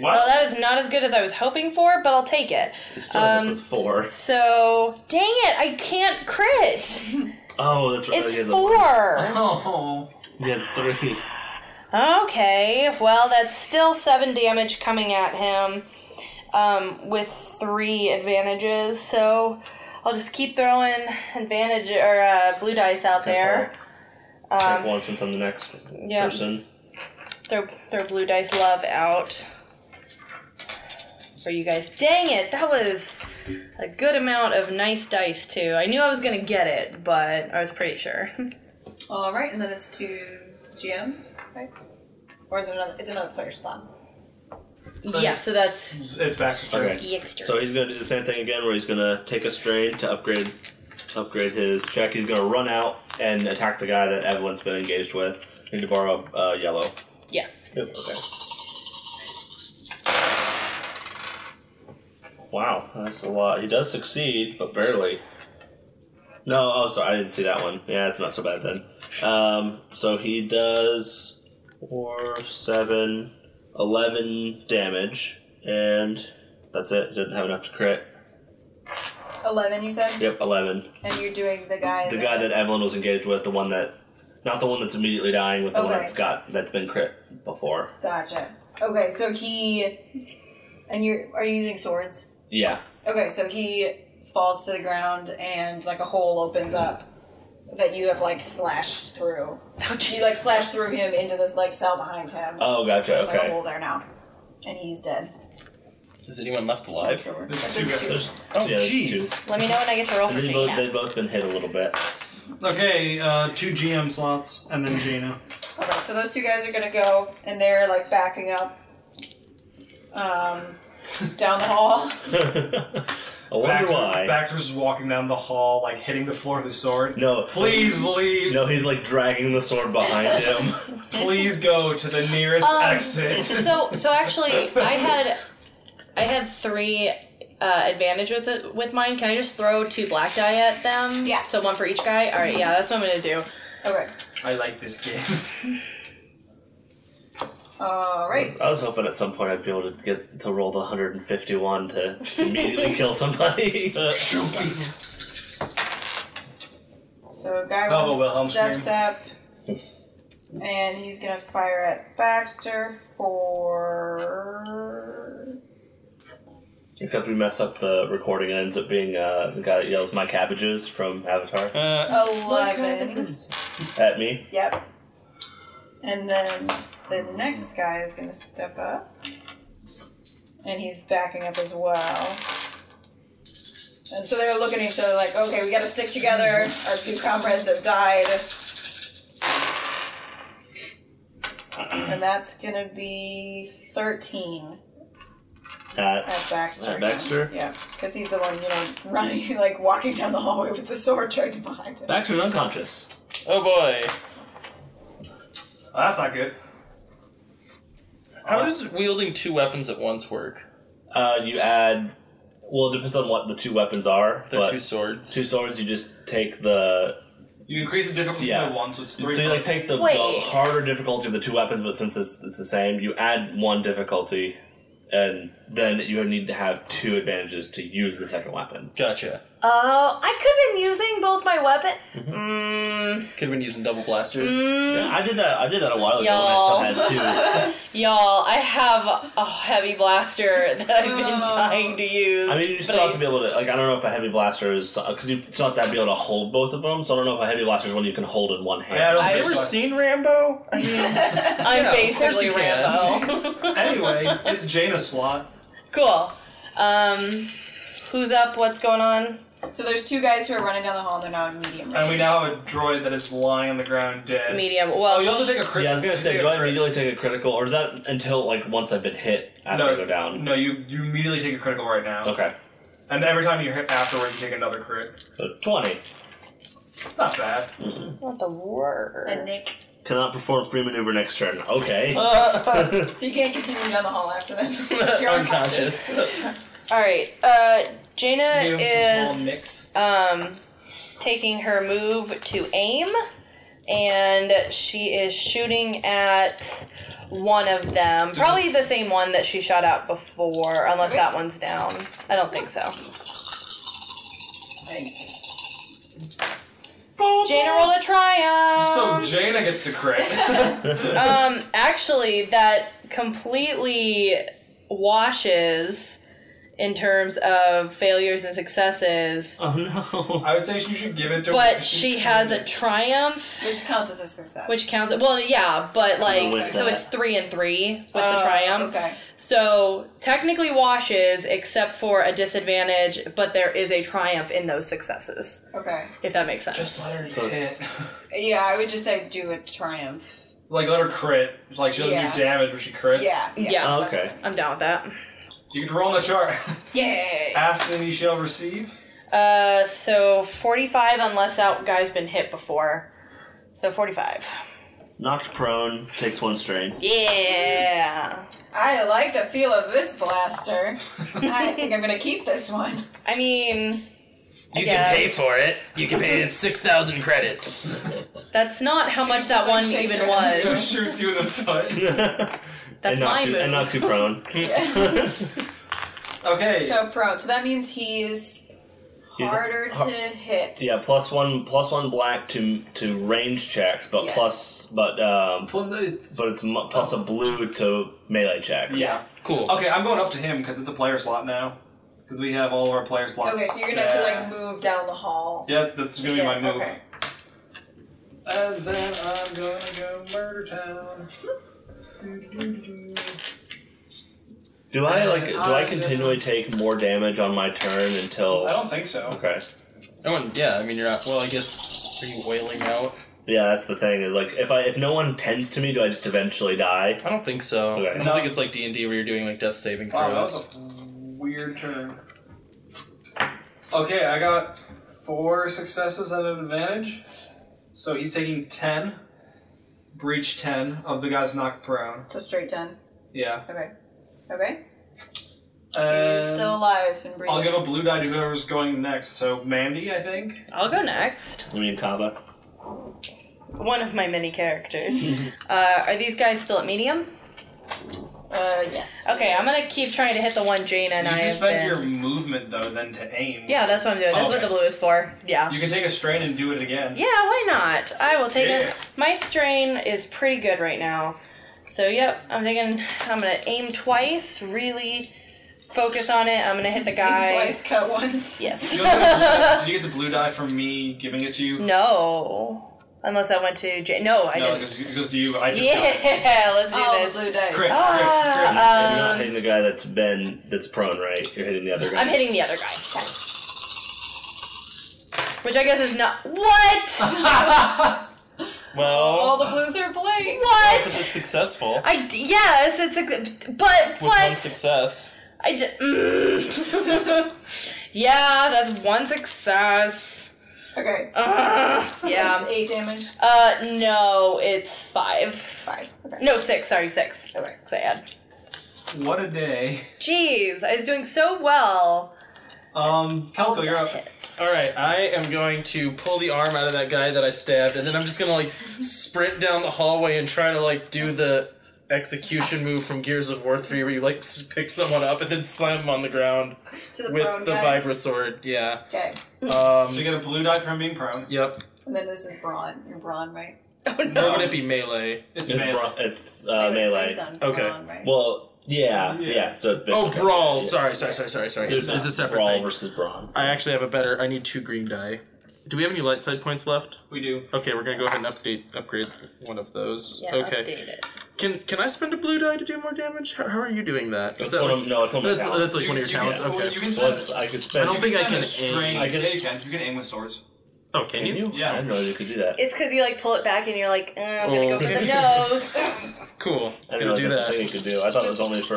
S3: What?
S5: Well, that is not as good as I was hoping for, but I'll take it.
S7: Still um, with four.
S5: So, dang it, I can't crit.
S7: Oh, that's right.
S5: It's
S7: you had the-
S5: four.
S3: oh.
S7: You had three.
S5: Okay. Well, that's still seven damage coming at him, um, with three advantages. So, I'll just keep throwing advantage or uh, blue dice out there.
S7: Take one since I'm the next
S5: yeah.
S7: person.
S5: throw throw blue dice love out for you guys. Dang it, that was a good amount of nice dice too. I knew I was gonna get it, but I was pretty sure.
S2: All right, and then it's two GMs, right? Or is it another? It's another player slot.
S5: yeah, so that's
S3: It's Baxter's turn.
S7: Okay.
S5: the extra.
S7: So he's gonna do the same thing again, where he's gonna take a strain to upgrade, upgrade his check. He's gonna run out and attack the guy that everyone's been engaged with. Need to borrow uh, yellow.
S5: yeah.
S7: Yep. Okay. Wow, that's a lot. He does succeed, but barely. No, oh, sorry, I didn't see that one. Yeah, it's not so bad then. Um, so he does 4, 7, 11 damage, and that's it. Didn't have enough to crit.
S2: Eleven, you said,
S7: Yep, 11.
S2: and you're doing the guy.
S7: The guy that Evelyn was engaged with, the one that. Not the one that's immediately dying, but the one
S2: Okay.
S7: that's got that's been crit before.
S2: Gotcha. Okay, so he and you're are you using swords?
S7: Yeah.
S2: Okay, so he falls to the ground and like a hole opens up that you have like slashed through. you like slashed through him into this like cell behind him.
S7: Oh, gotcha.
S2: There's like a
S7: Okay.
S2: hole there now, and he's dead.
S4: Is anyone left alive?
S2: There's two.
S4: Oh,
S7: Yeah, that's
S4: jeez.
S5: Let me know when I get to roll for
S7: They've both,
S5: Jaina.
S7: they've both been hit a little bit.
S3: Okay, uh, two GM slots and then Jaina.
S2: Okay, so those two guys are gonna go, and they're like backing up, um, down the hall.
S7: I wonder
S3: Baxter,
S7: why.
S3: Baxter's walking down the hall, like hitting the floor with his sword.
S7: No.
S3: Please leave.
S7: No, he's like dragging the sword behind him.
S3: Please go to the nearest
S5: Um,
S3: exit.
S5: So so actually, I had I had three uh, advantage with it, with mine. Can I just throw two black die at them?
S2: Yeah.
S5: So one for each guy. All right. Yeah, that's what I'm gonna do.
S2: Okay,
S3: I like this game.
S2: all right.
S7: I was hoping at some point I'd be able to get to roll the 151 to just immediately kill somebody.
S2: So guy
S3: Hello,
S2: one
S3: Wilhelm
S2: steps
S3: scream.
S2: up, and he's gonna fire at Baxter for.
S7: Except we mess up the recording and it ends up being uh, the guy that yells "My cabbages" from Avatar
S4: Uh,
S2: Eleven.
S7: at me.
S2: Yep. And then the next guy is going to step up. And he's backing up as well. And so they were looking at each other like, okay, we got to stick together. Our two comrades have died. And that's going to be 13
S7: At
S2: at Baxter.
S7: At Baxter?
S2: Yeah, because he's the one, you know, running, like walking down the hallway with the sword dragging behind him.
S7: Baxter's unconscious.
S4: oh boy.
S3: Oh, that's not good.
S4: How does wielding two weapons at once work?
S7: Uh, you add. Well, it depends on what the two weapons are.
S4: If
S7: But
S4: they're two swords.
S7: two swords, you just take the
S3: You increase the difficulty
S7: Yeah.
S3: by one, so it's three.
S7: so you like take the, the
S5: Wait.
S7: harder difficulty of the two weapons, but since it's, it's the same, you add one difficulty, and then you need to have two advantages to use the second weapon.
S4: Gotcha.
S5: Oh, I could have been using both my weapon.
S4: Could have been using double blasters.
S7: Yeah, I did that. I did that a while ago,
S5: Mm. Y'all.
S7: and I still had two.
S5: Y'all, I have a heavy blaster that I've been dying to use.
S7: I mean, you
S5: but
S7: still
S5: I-
S7: have to be able to. Like, I don't know if a heavy blaster is because you still have to be able to hold both of them. So I don't know if a heavy blaster is one you can hold in one hand.
S3: Yeah, I don't
S4: Have
S3: think
S4: you ever
S3: so.
S4: seen Rambo? I mean,
S5: I'm
S4: Yeah, of course
S5: basically
S4: you can.
S5: Rambo.
S3: Anyway, it's Jaina's slot.
S5: cool. Um, who's up? What's going on?
S2: So there's two guys who are running down the hall and they're now in medium range.
S3: And we now have a droid that is lying on the ground dead.
S5: Medium. Well,
S3: Oh, you also take a crit.
S7: Yeah, I was gonna
S3: you
S7: say,
S3: take
S7: do
S3: a
S7: I
S3: crit.
S7: immediately take a critical, or is that until like once I've been hit after
S3: No,
S7: I go down?
S3: No, you, you immediately take a critical right now.
S7: Okay,
S3: And every time you hit afterward, you take another crit.
S7: so twenty.
S3: Not bad.
S5: what the word?
S2: And Nick.
S7: Cannot perform free maneuver next turn. Okay.
S5: Oh,
S2: So you can't continue down the hall after them. You're
S4: unconscious.
S5: All right. Uh, Jaina
S3: Give him some small
S5: is
S3: nicks.
S5: um taking her move to aim, and she is shooting at one of them. Probably the same one that she shot at before, unless that one's down. I don't think so. Jaina rolled a triumph.
S3: So Jaina gets to crit.
S5: Um, actually, that completely washes in terms of failures and successes.
S7: oh no.
S3: I would say you should give it to her.
S5: But she has a triumph,
S2: Which counts as a success.
S5: which counts. Well, yeah, but like,
S7: With
S5: so
S7: that.
S5: it's three and three with
S2: Oh,
S5: the triumph.
S2: Okay.
S5: So technically washes, except for a disadvantage. But there is a triumph in those successes,
S2: Okay.
S5: if that makes sense.
S3: Just let her
S7: So it's-
S3: hit.
S2: Yeah, I would just say do a triumph.
S3: Like, let her crit. Like, she doesn't
S2: Yeah.
S3: do damage, but she crits.
S2: Yeah. Yeah.
S5: yeah,
S7: Oh,
S2: that's-
S7: okay.
S5: I'm down with that.
S3: You can roll on the chart.
S2: Yay.
S3: Ask and you shall receive.
S5: Uh, so 45 unless that guy's been hit before. So 45.
S7: Knocked prone, takes one strain.
S5: Yeah.
S2: I like the feel of this blaster. I think I'm gonna keep this one.
S5: I mean,
S6: You
S5: Yeah.
S6: can pay for it. You can pay it six thousand credits.
S5: that's not how much that
S2: She's
S5: one
S2: like shakes
S5: even
S2: her
S5: was.
S3: Just shoots you in the foot.
S5: That's
S7: and knocks
S5: my
S7: you,
S5: move.
S7: And knocks you prone.
S3: Okay.
S2: So prone. So that means he's
S7: He's-
S2: harder
S7: har-
S2: to hit.
S7: Yeah, plus one, plus one black to to range checks, but
S2: Yes.
S7: plus, but um,
S3: Well, no, it's-
S7: but it's mu- plus a blue to melee checks.
S3: yes.
S6: Cool.
S3: Okay, I'm going up to him because it's a player slot now. Because we have all of our player slots.
S2: Okay, so you're gonna have to
S3: Yeah.
S2: like move down the hall.
S3: Yeah, that's gonna
S2: Yeah,
S3: be my move.
S2: Okay.
S3: And then I'm gonna go murder town.
S7: Do I like? Do
S3: Uh,
S7: I continually take more damage on my turn until?
S3: I don't think so.
S7: Okay.
S6: Oh, and yeah. I mean, you're out. Well, I guess are you wailing out?
S7: Yeah, that's the thing. Is like if I if no one tends to me, do I just eventually die?
S6: I don't think so.
S7: Okay.
S6: I don't
S3: No.
S6: think it's like D and D where you're doing like death saving
S3: Wow, that
S6: throws.
S3: was a weird turn. Okay, I got four successes at an advantage. So he's taking ten. Breach ten of the guy that's knocked prone.
S2: So straight ten.
S3: Yeah.
S2: Okay. Okay.
S3: And
S2: He's still alive and breathing.
S3: I'll give a blue die to whoever's going next. So Mandy, I think.
S5: I'll go next.
S7: I mean, Kava.
S5: One of my many characters. uh, are these guys still at medium?
S2: Uh, yes.
S5: Okay, I'm gonna keep trying to hit the one Jane and
S3: You
S5: I
S3: should
S5: have
S3: spend
S5: been.
S3: your movement though, then to aim.
S5: Yeah, that's what I'm doing. That's
S3: Okay.
S5: what the blue is for. Yeah.
S3: You can take a strain and do it again.
S5: Yeah, why not? I will take
S3: Yeah.
S5: it. My strain is pretty good right now. So, yep, I'm thinking I'm gonna aim twice, really focus on it. I'm gonna hit the guy.
S2: Twice cut once.
S5: Yes.
S3: You don't get a blue die- Did you get the blue die from me giving it to you?
S5: no. Unless I went to J. No, I
S3: No, it
S5: didn't.
S3: goes, it goes to you. I just got it.
S5: Yeah, let's do
S2: Oh,
S5: this.
S2: the blue dice.
S3: Crit, crit, crit.
S5: Ah,
S7: You're
S5: um,
S7: not hitting the guy that's been that's prone, right? You're hitting the other guy.
S5: I'm hitting the other guy. Which I guess is not. What?
S6: Well,
S2: All the blues are playing.
S6: because
S5: What?
S6: it's successful.
S5: I. Yes, it's. A, but
S6: With one
S5: what?
S6: success.
S5: I just. Mm. yeah, that's one success.
S2: Okay.
S5: Ugh,
S2: That's
S5: yeah.
S2: eight damage.
S5: Uh, no, it's five.
S2: Five. Okay.
S5: No, six. Sorry, six. Okay, I had. um,
S3: What a day.
S5: Jeez, I was doing so well.
S3: Um, Kelko, you're up.
S5: Hits.
S6: All right, I am going to pull the arm out of that guy that I stabbed, and then I'm just gonna like sprint down the hallway and try to like do the execution move from Gears of War three, where you like s- pick someone up and then slam them on the ground
S2: To the prone
S6: with the
S2: guy.
S6: vibrosword. Yeah.
S2: Okay.
S3: So
S6: Um.
S3: you get a blue die from being prone.
S6: Yep.
S2: And then this is brawn. You're brawn, right?
S5: Oh
S6: Or
S5: no.
S6: would it be melee?
S3: It's
S7: It's,
S3: melee.
S7: bra- it's uh,
S2: It's based
S7: melee.
S2: on
S6: Okay.
S2: brawn, right?
S7: Well, yeah,
S3: Yeah.
S7: yeah. so it's
S6: Oh,
S7: basically-
S6: brawl.
S7: yeah.
S6: Sorry, sorry, sorry, sorry, sorry. It's, it's a separate
S7: brawl
S6: thing.
S7: versus brawn.
S6: I actually have a better. I need two green die. Do we have any light side points left?
S3: We do.
S6: Okay, we're gonna go ahead and update, upgrade one of those.
S5: yeah,
S6: okay.
S5: update it.
S6: Can can I spend a blue die to do more damage? How, how are you doing that? Is
S7: It's
S6: that
S7: one
S6: like-
S7: of, no, it's one of my
S6: that's,
S7: talents.
S6: that's like one of your
S3: You can- well,
S6: talents. Okay.
S3: You can
S7: Well,
S3: spend
S7: it's- I could spend.
S6: I don't think I
S3: spend
S6: can
S3: a strain.
S6: aim.
S7: I can-
S3: Yeah, you can. You can aim with swords.
S6: Oh, can you?
S7: Can you?
S3: Yeah.
S7: I didn't know you could do that.
S5: It's because you like pull it back and you're like, eh, I'm gonna
S6: Oh.
S5: go for the nose.
S6: Cool.
S7: I didn't
S6: Gonna
S7: know
S6: do
S7: that's a thing
S6: that.
S7: you could do. I thought it was only for.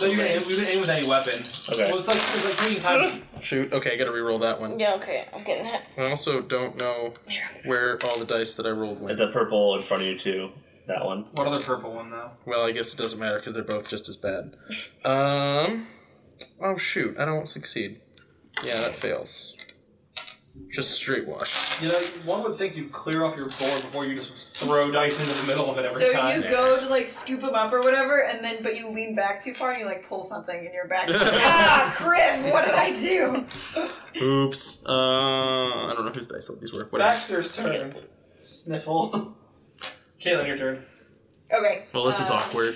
S3: No, you can aim, you can aim with any weapon.
S7: Okay.
S3: Well, it's like, it's like taking time.
S6: Shoot. Okay, I gotta re-roll that one.
S5: yeah, okay, I'm getting hit.
S6: I also don't know where all the dice that I rolled went.
S7: The purple in front of you too. That one.
S3: What other purple one, though?
S6: Well, I guess it doesn't matter because they're both just as bad. Um. Oh shoot! I don't succeed. Yeah, that fails. Just straight wash.
S3: You know, one would think you'd clear off your board before you just throw dice into the middle of it every
S2: So
S3: time.
S2: you go to like scoop him up or whatever, and then but you lean back too far and you like pull something in your back. ah, crib! What did I do?
S6: Oops. Uh, I don't know whose dice these were. Whatever.
S3: Baxter's turn. Sniffle. Caitlin, your turn.
S2: Okay.
S6: Well, this is
S2: uh,
S6: awkward.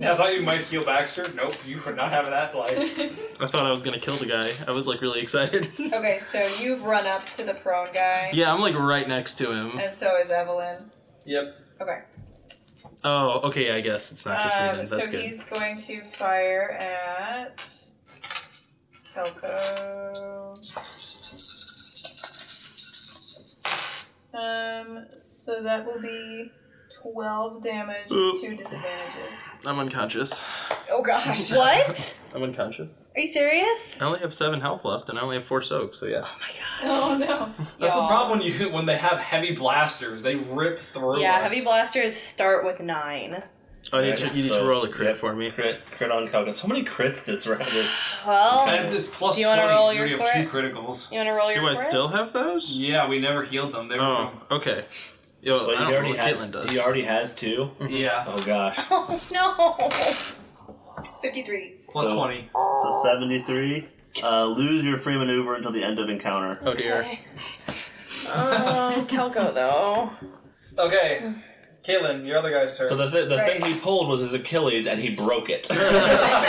S3: Yeah, I thought you might heal Baxter. Nope, you would not have that life.
S6: I thought I was gonna kill the guy. I was like really excited.
S2: Okay, so you've run up to the prone guy,
S6: yeah, I'm like right next to him.
S2: and so is Evelyn.
S3: yep.
S2: Okay.
S6: Oh, okay. I guess it's not just me. Then.
S2: Um,
S6: That's
S2: so
S6: good.
S2: he's going to fire at Kelko. Um, so that will be 12 damage, two disadvantages.
S6: I'm unconscious.
S2: Oh gosh.
S5: What?
S6: I'm unconscious.
S5: Are you serious?
S6: I only have seven health left, and I only have four soaks. So yes.
S2: Oh no.
S3: That's the problem when you hit when they have heavy blasters. They rip through.
S5: Yeah,
S3: us.
S5: heavy blasters start with nine.
S6: I need to, Oh, you need
S7: So,
S6: to roll a crit
S7: yep,
S6: for me.
S7: Crit, crit on Calgus. How many crits this round is?
S5: Well,
S3: And it's plus
S5: Do you wanna
S3: twenty.
S5: roll
S3: so
S5: your
S3: you have
S5: crit?
S3: two criticals.
S5: you want to roll your
S6: Do I
S5: crit?
S6: still have those?
S3: Yeah, we never healed them. They were
S6: Oh, okay. Yo,
S7: But
S6: I
S7: he
S6: don't know
S7: already
S6: what
S7: has.
S6: Caitlin does.
S7: He already has two.
S3: from yeah
S7: Oh gosh.
S5: Oh no!
S2: 53.
S3: plus
S7: So-
S3: twenty.
S7: So seventy-three. Uh, lose your free maneuver until the end of encounter.
S6: Oh dear.
S5: Okay. Oh, Kelko though.
S3: Okay, Caitlin, your other guy's turn.
S7: So the, th- the
S2: Right.
S7: thing he pulled was his Achilles, and he broke it.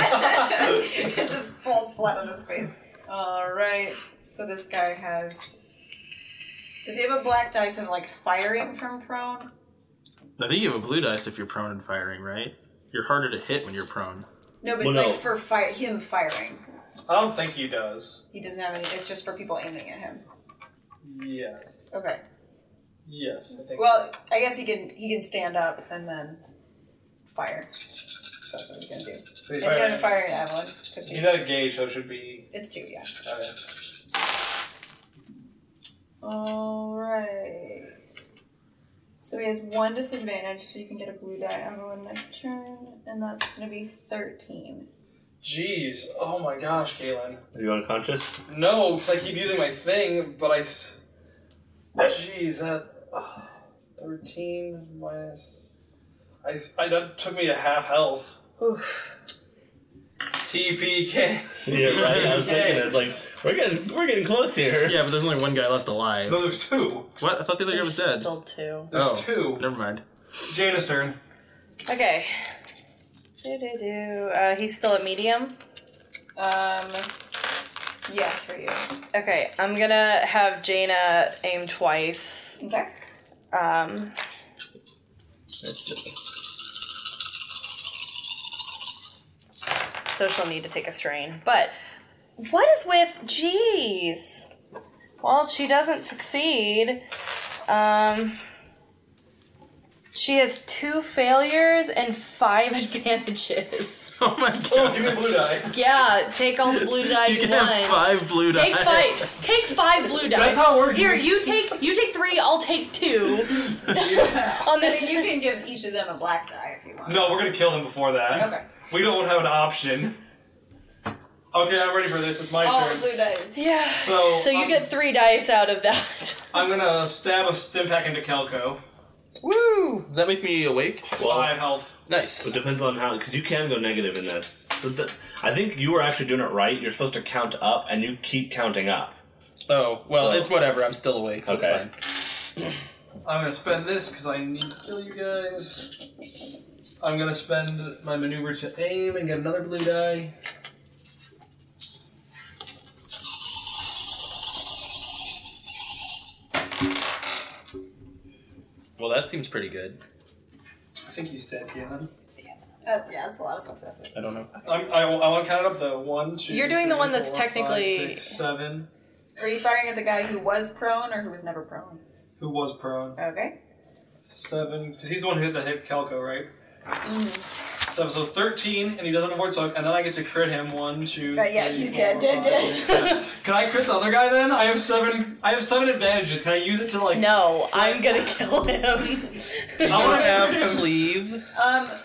S2: it just falls flat on his face. Alright, so this guy has. Does he have a black dice of like firing from prone?
S6: I think you have a blue dice if you're prone and firing, right? You're harder to hit when you're prone.
S2: No, but
S7: Well,
S2: like
S7: no.
S2: for fire, him firing.
S3: I don't think he does.
S2: He doesn't have any. It's just for people aiming at him.
S3: Yes.
S2: Okay.
S3: Yes, I think.
S2: Well, I guess he can he can stand up and then fire. That's what he's gonna do.
S3: so.
S2: He's
S3: He's,
S2: gonna
S3: firing.
S2: fire at Evelyn because
S3: he's at a gauge, so it should be. uh,
S2: it's two, yeah.
S3: Okay.
S2: All right. So he has one disadvantage, so you can get a blue die on one next turn, and that's gonna be thirteen.
S3: Jeez, oh my gosh, Caitlin.
S7: Are you unconscious?
S3: No, because I keep using my thing, but I. s- Jeez, that. ah, 13 minus. I, s- I- That took me to half health. TPK.
S7: Yeah, right. I was thinking it's like we're getting we're getting close here.
S6: Yeah, but there's only one guy left alive.
S3: No, there's two.
S6: What? I thought the other guy was dead.
S5: Still two.
S3: There's
S6: Oh.
S3: two.
S6: Never mind.
S3: Jana's turn.
S5: Okay. Do-do-do. Uh, he's still at medium.
S2: Um, yes for you.
S5: Okay, I'm gonna have Jaina aim twice.
S2: Okay.
S5: Um, so she'll need to take a strain. But what is with Jeez? Well, she doesn't succeed. Um, she has two failures and five advantages.
S6: Oh my
S3: Oh,
S6: god.
S3: give me a blue die.
S5: Yeah, take all the blue die you,
S6: You can
S5: want.
S6: have five blue dice.
S5: Take five. Take five blue dice.
S3: That's how it works.
S5: Here, you take you take three. I'll take two. On
S2: I
S5: this,
S2: mean, you can give each of them a black die if you want.
S3: No, we're gonna kill them before that.
S2: Okay.
S3: We don't have an option. Okay, I'm ready for this. It's my
S2: All
S3: turn.
S2: blue dice.
S5: yeah.
S3: So, um,
S5: So you
S3: I'm,
S5: get three dice out of that.
S3: I'm gonna stab a stimpak into Kelko.
S6: Woo! Does that make me awake?
S3: Five health.
S7: It
S6: Nice.
S7: depends on how, because you can go negative in this. But the- I think you were actually doing it right. You're supposed to count up, and you keep counting up.
S6: Oh, well,
S7: So-
S6: it's whatever. I'm still awake, so
S7: Okay.
S6: it's fine.
S3: I'm gonna spend this because I need to kill you guys. I'm gonna spend my maneuver to aim and get another blue die.
S6: Well, that seems pretty good.
S3: I think he's dead, Galen.
S2: Uh, yeah, that's a lot of successes.
S6: I don't know.
S3: I'm, I, I want to count up the one, two.
S5: You're doing the
S3: three,
S5: one that's
S3: four, five,
S5: technically-
S3: six, seven.
S2: Are you firing at the guy who was prone or who was never prone?
S3: Who was prone?
S2: Okay.
S3: Seven, because he's the one who hit the hit Calco, right?
S2: Mm-hmm.
S3: Seven, so thirteen, and he doesn't avoid so, and then I get to crit him. One, two.
S2: But Uh, yeah,
S3: three,
S2: he's
S3: four,
S2: dead, dead,
S3: five,
S2: dead.
S3: six, seven. Can I crit the other guy then? I have seven. I have seven advantages. Can I use it to like?
S5: No, I'm gonna kill him.
S6: You
S3: I wanna
S6: have cleave?
S2: Um,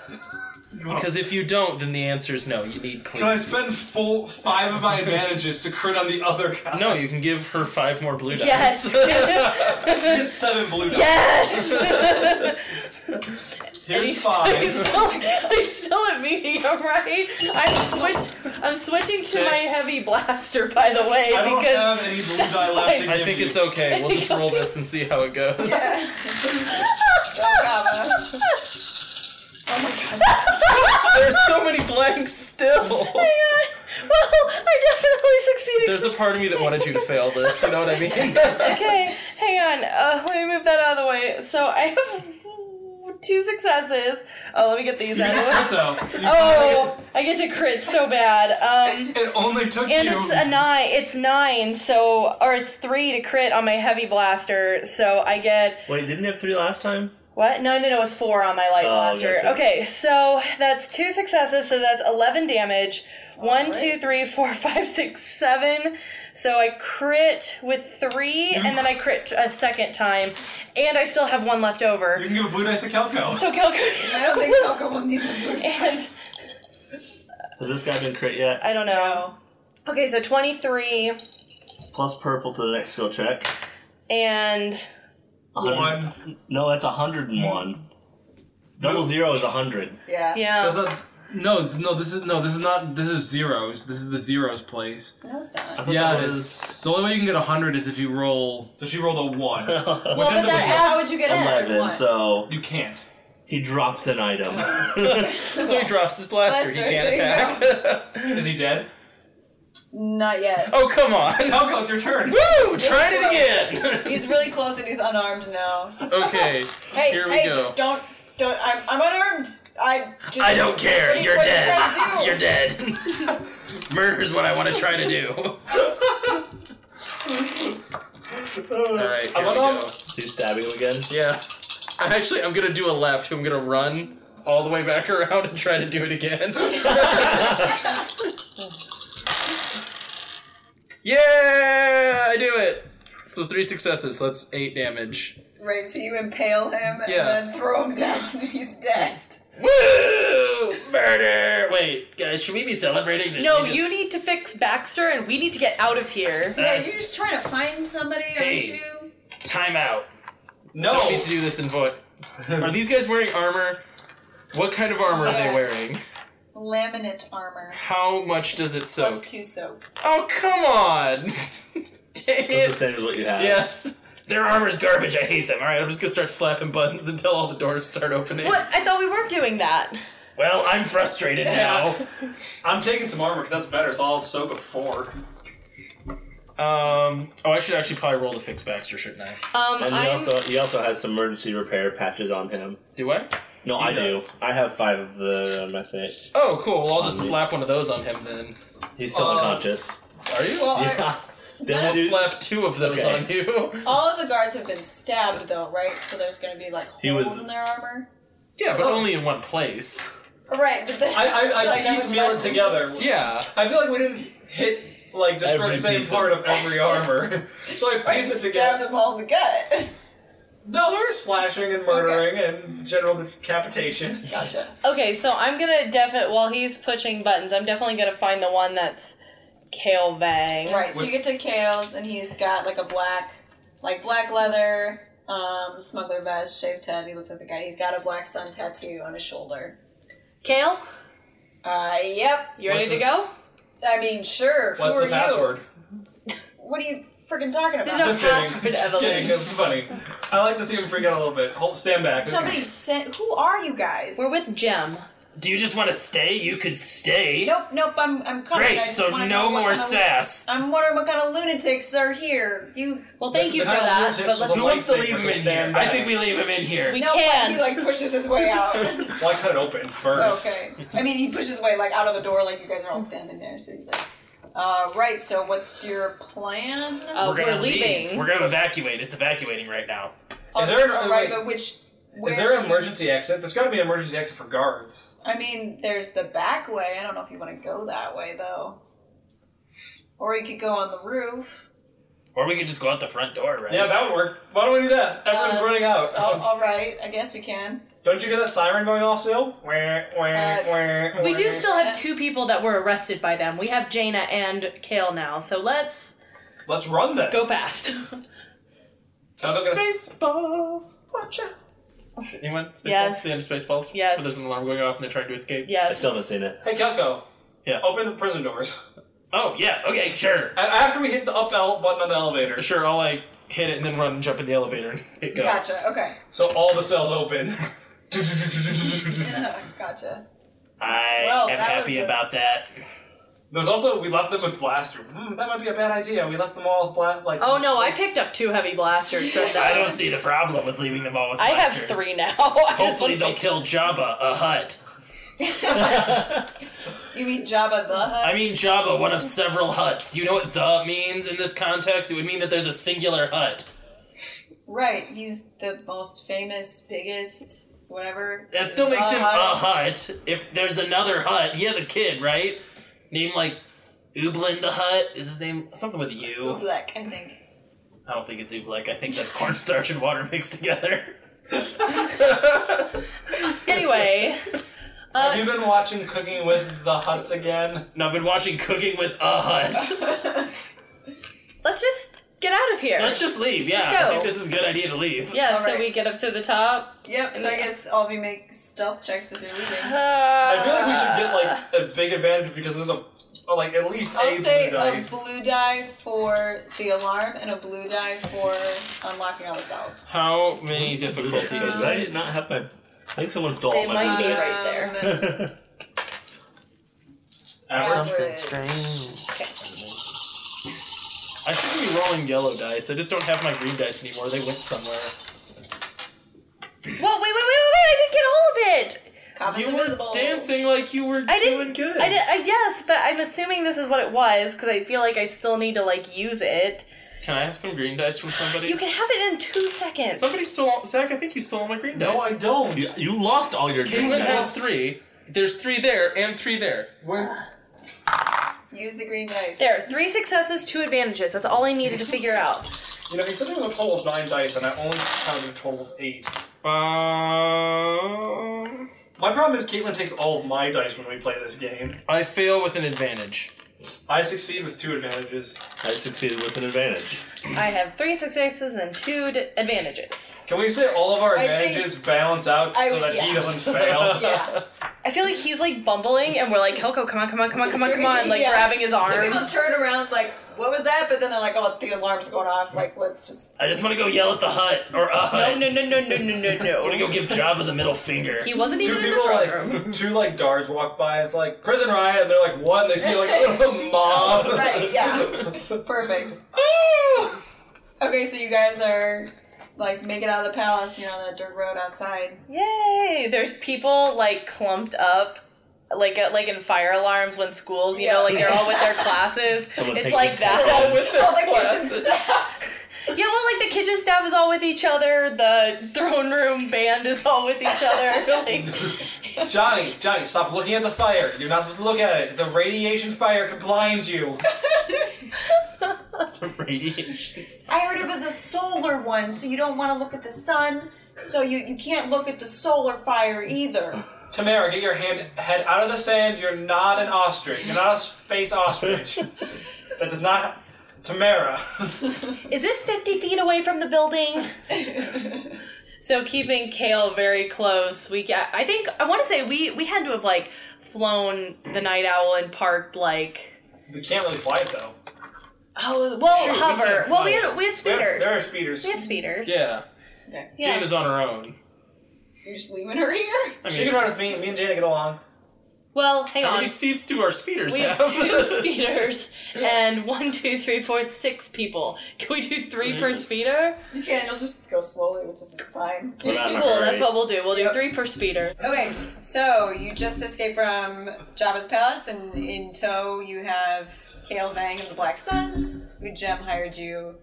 S6: Because if you don't, then the answer is no. You need cleave.
S3: Can I spend full five of my advantages to crit on the other guy?
S6: No, you can give her five more blue dice.
S5: Yes.
S3: It's seven blue dice.
S5: yes.
S3: Here's
S5: he's,
S3: five.
S5: He's still, he's still at medium, right? I'm switch. I'm switching to my
S3: Six.
S5: heavy blaster, by the way,
S3: I don't
S5: because
S3: have any blue die left. To
S6: I
S5: fine.
S3: give
S6: think
S3: you.
S6: it's okay. We'll just roll this and see how it goes.
S2: oh my gosh.
S6: There's so many blanks still.
S5: Hang on. Oh Well, I definitely succeeded.
S6: There's a part of me that wanted you to fail this. You know what I mean?
S5: okay, hang on. Uh, let me move that out of the way. So I have two successes. Oh, let me get these
S3: You
S5: out
S3: can
S5: of the way.
S3: crit, though. You
S5: Oh, I get to crit so bad. Um,
S3: can- It only took
S5: and
S3: you.
S5: it's a nine. It's nine. So, or it's three to crit on my heavy blaster. So I get
S7: Wait, didn't you have three last time?
S5: What? No, no, no. It was four on my light
S7: Oh,
S5: blaster.
S7: gotcha.
S5: Okay, so that's two successes. So that's eleven damage. One, two, three, four, five, six, seven. So I crit with three, and then I crit a second time, and I still have one left over.
S3: You can give a blue dice to Kelko.
S5: So Kelko,
S2: I don't think Falco will need to
S5: and
S7: Has this guy been crit yet?
S5: I don't know. Okay, so twenty-three
S7: Plus purple to the next skill check.
S5: and
S7: 100
S3: One.
S7: No, that's 101. Double zero is 100.
S2: Yeah.
S5: yeah.
S3: That's not- no, th- no, this is no, this is not. This is zeros. This is the zeros place.
S2: No, it's
S7: I
S2: not.
S7: thought
S3: Yeah,
S7: that
S3: it is. The only way you can get hundred is if you roll. So she rolled a one.
S5: Well, but
S3: Which
S5: that,
S3: is
S5: how would you get in?
S7: 11, so
S3: You can't.
S7: he drops an item.
S6: So he drops his blaster. He
S2: Blaster,
S6: can't
S2: there you
S6: attack.
S3: Is he dead?
S2: Not yet.
S6: oh come on!
S3: Kelko, it's your turn.
S6: Woo! Try it again.
S2: He's really close and he's unarmed now.
S6: okay.
S2: Hey,
S6: Here we
S2: hey,
S6: go.
S2: just don't, don't. I'm, I'm unarmed. I just.
S6: I don't care.
S2: What do-
S6: You're
S2: what do you try
S6: dead.
S2: to do?
S6: You're dead. Murder's what I want to try to do. All right. Here we
S3: love
S6: go.
S7: He's stabbing him again.
S6: Yeah. I'm actually I'm gonna do a lap too. I'm gonna run all the way back around and try to do it again. yeah, I do it. So three successes, so that's eight damage.
S2: Right, so you impale him and
S6: Yeah.
S2: then throw him down and he's dead.
S6: Woo! Murder! Wait, guys, should we be celebrating? that
S5: No,
S6: we just-
S5: you need to fix Baxter, and we need to get out of here.
S2: Yeah, you're
S6: That's-
S2: just trying to find somebody, aren't
S6: Hey.
S2: you?
S6: time out.
S3: No.
S6: Don't need to do this in voice. Are these guys wearing armor? What kind of armor are they
S2: Yes.
S6: wearing?
S2: Laminate armor.
S6: How much does it soak?
S2: Plus two soap.
S6: Oh come on! Dang
S7: It's the
S6: it!
S7: same as what you have.
S6: Yes. Their armor's garbage. I hate them. All right, I'm just gonna start slapping buttons until all the doors start opening.
S5: What? I thought we were doing that.
S6: Well, I'm frustrated now.
S3: I'm taking some armor because that's better. So I'll have soap at four.
S6: um. Oh, I should actually probably roll to fix Baxter, shouldn't I?
S5: Um,
S7: And he
S5: I'm,
S7: also he also has some emergency repair patches on him.
S6: Do I?
S7: No, I do.
S3: don't.
S7: I have five of the um, I think.
S6: Oh, cool. Well, I'll just
S7: me.
S6: slap one of those on him then.
S7: He's still
S3: Um,
S7: unconscious.
S6: Are you?
S2: Well, Uh, are-
S7: Yeah. They
S2: I'll
S6: I'll
S7: only do-
S6: slap two of those
S7: Okay.
S6: on you.
S2: all of the guards have been stabbed, though, right? So there's going to be like
S7: He
S2: holes
S7: was-
S2: in their armor.
S6: Yeah, but only in one place.
S2: Right, but then
S3: I I, I
S2: like that was
S3: piecemeal it
S2: less-
S3: together.
S6: Yeah.
S3: I feel like we didn't hit like just for
S7: Every
S3: the same
S7: piece
S3: part of every armor. so I
S2: Right, you
S3: piece
S2: stab
S3: it together.
S2: them all in the gut.
S3: No, there was slashing and murdering and general decapitation.
S2: Gotcha.
S5: okay, so I'm gonna definitely while he's pushing buttons, I'm definitely gonna find the one that's Kale Vang.
S2: Right, so you get to Kale's, and he's got like a black, like black leather, um, smuggler vest, shaved head. He looks like the guy. He's got a black sun tattoo on his shoulder.
S5: Kale,
S2: Uh, yep.
S5: you
S3: What's
S5: ready to
S3: the-
S5: go?
S2: I mean, sure.
S3: What's
S2: who
S3: the
S2: are
S3: password?
S2: you? What are you freaking talking about?
S5: no-
S3: Just kidding. Just
S5: Password
S3: kidding.
S5: evolution.
S3: That's funny. I like to see him freak out a little bit. Hold, stand back.
S2: Somebody sent. Who are you guys?
S5: We're with Jem.
S6: Do you just want to stay? You could stay.
S2: Nope, nope. I'm I'm coming. I
S6: Great.
S2: just
S6: So
S2: wanna know what
S6: no more
S2: kind of-
S6: sass.
S2: I'm wondering what kind of lunatics are here. You
S5: Well, thank you for
S3: Behind the
S5: that.
S3: blue
S5: But
S3: tips
S5: let's,
S3: with
S6: Who
S3: a
S6: wants to
S3: lightsaber,
S6: leave him
S3: so
S6: in here?
S3: stand
S6: I
S3: back.
S6: think we leave him in here.
S5: we
S2: no,
S5: can't.
S2: he like pushes his way out. Oh,
S3: Well, I cut it open first.
S2: okay. I mean, he pushes his way like out of the door, like you guys are all standing there. So he's like, uh, right. So what's your plan?
S5: Uh,
S6: We're gonna
S5: we're
S6: leave.
S5: leaving.
S6: We're gonna evacuate. It's evacuating right now.
S3: Is there an-
S2: all right?
S3: wait.
S2: But which? Where
S3: Is there an emergency exit? There's got to be an emergency exit for guards.
S2: I mean, there's the back way. I don't know if you want to go that way though. Or you could go on the roof.
S6: Or we could just go out the front door, right?
S3: Yeah, that would work. Why don't we do that? Everyone's
S2: Uh,
S3: running out. Um,
S2: Oh, all right. I guess we can.
S3: Don't you get that siren going off still?
S5: Uh, We do still have two people that were arrested by them. We have Jaina and Kale now, so let's
S3: Let's run then.
S5: go fast.
S3: Kelko gonna-
S6: Spaceballs. Watch out. Anyone?
S5: Yes.
S6: The end of Spaceballs?
S5: Yes.
S6: But there's an alarm going off and they're trying to escape.
S7: I
S5: yes.
S7: still haven't seen it.
S3: Hey, Kelko.
S6: Yeah.
S3: Open the prison doors.
S6: Oh yeah. Okay. Sure.
S3: A- After we hit the up el- button on the elevator,
S6: Sure. I'll like hit it and then run and jump in the elevator and hit go.
S2: Gotcha. Okay.
S3: so all the cells open.
S2: Yeah, gotcha.
S6: I
S2: Well,
S6: am
S2: that
S6: happy
S2: was a-
S6: about that.
S3: There's also we left them with blasters. Hmm, that might be a bad idea. We left them all with bla- like.
S5: Oh no, I picked up two heavy blasters from
S6: I
S5: that.
S6: don't see the problem with leaving them all with
S5: I have
S6: blasters.
S5: three now. I was
S6: Hopefully
S5: like-
S6: they'll kill Jabba a hut.
S2: You mean Jabba the Hutt?
S6: I mean Jabba, one of several huts. Do you know what the means in this context? It would mean that there's a singular hut.
S2: Right, he's the most famous, biggest, whatever.
S6: That still makes him a
S2: Uh,
S6: hut. If there's another hut, he has a kid, right? Named like Ublin the Hut. Is his name something with you?
S2: Oblek, I think.
S6: I don't think it's Ublek. I think that's cornstarch and water mixed together.
S5: Anyway, uh,
S3: Have you been watching Cooking with the Huts again?
S6: And I've been watching Cooking with a Hut.
S5: let's just get out of here.
S6: Let's just leave. Yeah,
S5: Let's go.
S6: I think this is a good idea to leave.
S5: yeah, so
S2: Alright.
S5: we get up to the top.
S2: Yep, so I guess all of you make stealth checks as you're leaving.
S3: I feel like we should get like a big advantage because there's a, a like at least
S2: I'll
S3: a
S2: say
S3: blue dice.
S2: a blue die for the alarm and a blue die for unlocking all the cells.
S6: How many difficulties?
S7: Did I not have my? I think someone stole
S5: They
S7: all
S5: might
S7: my.
S5: be right there.
S2: Um,
S6: Something
S2: Average.
S6: strange. I should be rolling yellow dice. I just don't have my green dice anymore. They went somewhere.
S5: Whoa, wait, wait, wait, wait, wait! I didn't get all of it.
S2: Common's
S6: you
S2: invisible.
S6: were dancing like you were
S5: I
S6: doing
S5: didn't.
S6: good.
S5: I did. I guess, but I'm assuming this is what it was because I feel like I still need to like use it.
S6: Can I have some green dice from somebody?
S5: You can have it in two seconds.
S6: Somebody stole Zach. I think you stole all my green
S3: no,
S6: dice.
S3: I don't.
S7: You, you lost all your green
S6: Caitlin has
S7: dice.
S6: three. There's three there and three there.
S3: Where,
S2: Use the green dice.
S5: There, three successes, two advantages. That's all I needed to figure out.
S3: you know, he said there was a total of nine dice, and I only counted a total of eight.
S6: Um,
S3: My problem is Caitlin takes all of my dice when we play this game.
S6: I fail with an advantage.
S3: I succeed with two advantages.
S7: I succeeded with an advantage.
S5: I have three successes and two d- advantages.
S3: Can we say all of our
S2: I think-
S3: advantages balance out
S2: I
S3: so
S2: would-
S3: that he
S2: yeah.
S3: doesn't fail?
S2: Yeah.
S5: I feel like he's like bumbling, and we're like, Kelko, come on, come on, come on, come on, come on, like
S2: Yeah.
S5: grabbing his
S2: So
S5: arm.
S2: people turn around like, what was that? But then they're like, oh, the alarm's going off. Like, let's just.
S6: I just want to go yell at the hut or a hut.
S5: No, no, no, no, no, no, no,
S6: I want to
S5: no.
S6: go give Jabba the middle finger.
S5: He wasn't
S3: Two
S5: even in the
S3: people
S5: throne room.
S3: like two like guards walk by. It's like prison riot. And they're like what? And they see like a mob.
S2: Right, yeah. Perfect. okay, so you guys are like making out of the palace, you know, that dirt road outside.
S5: Yay! There's people like clumped up. Like at, like in fire alarms when schools, you know,
S2: Yeah.
S5: like they're all with their classes.
S7: Someone
S5: it's
S7: takes
S5: like
S7: a
S5: that.
S6: with their
S2: All the
S6: class.
S2: kitchen staff.
S5: Yeah, well, like the kitchen staff is all with each other. The throne room band is all with each other. Like,
S3: Johnny, Johnny, stop looking at the fire. You're not supposed to look at it. It's a radiation fire. It could blind you.
S6: That's a radiation.
S2: I heard it was a solar one, so you don't want to look at the sun. So you, you can't look at the solar fire either.
S3: Tamara, get your hand head out of the sand. You're not an ostrich. You're not a space ostrich. that does not. Tamara.
S5: is this fifty feet away from the building? So keeping Kale very close, we get. I think I want to say we we had to have like flown the night owl and parked like
S3: we can't really fly it though.
S5: oh well
S6: Shoot, we
S5: hover.
S6: can't
S5: well, we
S6: fly.
S5: had we
S3: There,
S5: had speeders.
S3: there are speeders.
S5: we have speeders.
S6: Yeah.
S5: Yeah.
S6: Jane is on her own.
S2: You're just leaving her here?
S6: I
S3: She
S6: mean,
S3: can run with me. Me and Jana get along.
S5: Well, hang
S6: how
S5: on.
S6: many seats do our speeders
S5: We have
S6: have?
S5: two speeders and one, two, three, four, six people. Can we do 3 per
S6: Mm-hmm.
S5: speeder?
S2: You can, you'll just go slowly, which is fine.
S7: We're not in a
S5: Cool,
S7: hurry.
S5: that's what we'll do. We'll do three per speeder.
S2: Okay, so you just escaped from Jabba's palace, and in tow you have Kale Vang and the Black Suns, who Jem hired you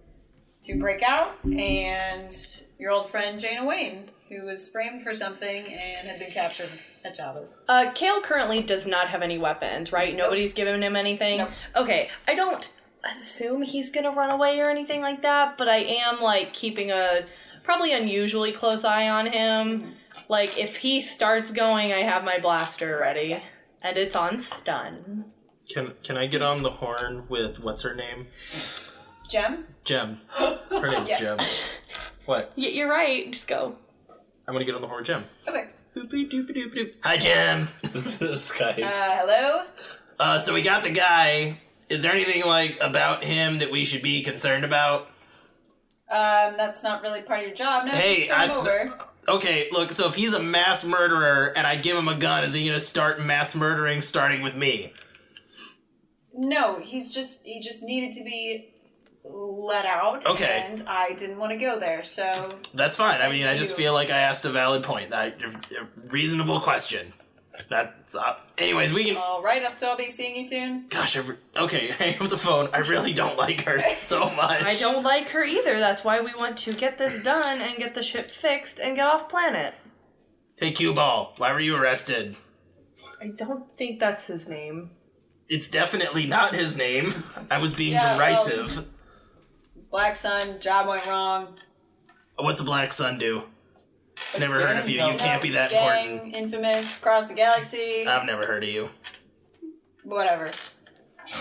S2: to break out, and your old friend Jaina Wayne, who was framed for something and had been captured at Jabba's.
S5: Uh, Kale currently does not have any weapons, right? Nobody's given him anything?
S2: Nope.
S5: Okay, I don't assume he's gonna run away or anything like that, but I am, like, keeping a probably unusually close eye on him. Like, if he starts going, I have my blaster ready. And it's on stun.
S6: Can can I get on the horn with what's her name?
S2: Jem?
S6: Jem. Her name's Jem. What?
S5: Yeah, you're right. Just go.
S6: I'm gonna get on the horn with Jem.
S2: Okay.
S6: Hi Jem.
S7: This is Skype.
S2: Uh, hello?
S6: Uh, so we got the guy. Is there anything like about him that we should be concerned about?
S2: Um, that's not really part of your job. No,
S6: Hey,
S2: just bring him
S6: that's-
S2: over.
S6: Okay, look. So if he's a mass murderer and I give him a gun, is he gonna start mass murdering starting with me?
S2: No, he's just he just needed to be let out.
S6: Okay.
S2: And I didn't want to go there, so
S6: That's fine. I mean, I
S2: That's
S6: just
S2: you.
S6: feel like I asked a valid point. I, a reasonable question. That's uh, anyways. We can.
S2: All right, I'll still be seeing you soon.
S6: Gosh, I re- okay. Hang up the phone. I really don't like her so much.
S5: I don't like her either. That's why we want to get this done and get the ship fixed and get off planet.
S6: Hey, cue ball. Why were you arrested?
S5: I don't think that's his name.
S6: It's definitely not his name. I was being
S2: Yeah, well-
S6: derisive.
S2: Black Sun, job went wrong.
S6: What's a black sun do? Never heard of you.
S3: gang
S6: You can't be that
S2: Gang,
S6: important.
S2: infamous, across the galaxy,
S6: I've never heard of you.
S2: whatever.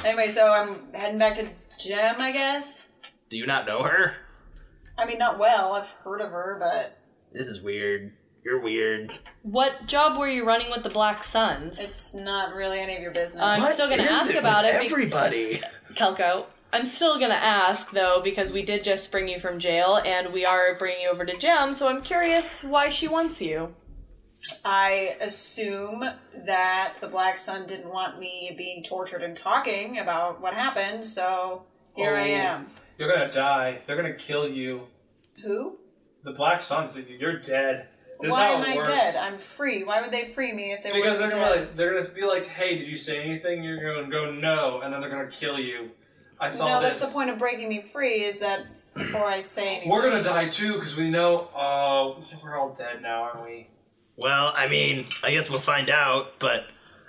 S2: Anyway, so I'm heading back to Gem, I guess.
S6: Do you not know her?
S2: I mean, not well. I've heard of her, but
S6: This is weird. You're weird.
S5: What job were you running with the Black Suns?
S2: it's not really any of your business.
S5: I'm
S6: What
S5: still gonna
S6: is
S5: ask
S6: it
S5: about
S6: with
S5: it. be-
S6: Everybody.
S5: Kelko. I'm still gonna ask though because we did just bring you from jail and we are bringing you over to Gem, so I'm curious why she wants you.
S2: I assume that the Black Sun didn't want me being tortured and talking about what happened, so here I
S3: Oh.
S2: am.
S3: You're gonna die. They're gonna kill you.
S2: Who?
S3: The Black Sun's you. You're dead. This
S2: Why
S3: is how
S2: am
S3: it
S2: I
S3: works.
S2: dead? I'm free. Why would they free me if they
S3: Because they're
S2: weren't
S3: gonna be
S2: dead?
S3: like, they're gonna be like, hey, did you say anything? You're gonna go no, and then they're gonna kill you. I saw
S2: No, that's
S3: this.
S2: the point of breaking me free is that before I say anything.
S3: We're gonna die too because we know. Uh, we're all dead now, aren't we?
S6: Well, I mean, I guess we'll find out, but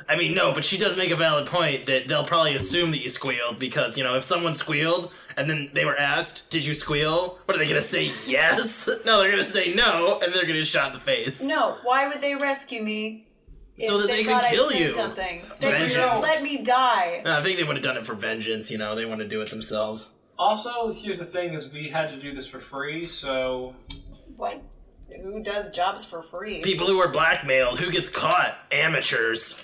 S6: I mean, no, but she does make a valid point that they'll probably assume that you squealed because, you know, if someone squealed and then they were asked, "Did you squeal?" What are they going to say? Yes? No, they're going to say no and they're going to get shot in the face.
S2: No, why would they rescue me? if
S6: So that they could
S2: thought I
S6: kill
S2: said
S6: you.
S2: Something. They could
S6: Vengeance.
S2: just let me die.
S6: I think they would have done it for vengeance, you know. They want to do it themselves.
S3: Also, here's the thing: is we had to do this for free, so
S2: What? Who does jobs for free?
S6: People who are blackmailed, who gets caught? Amateurs.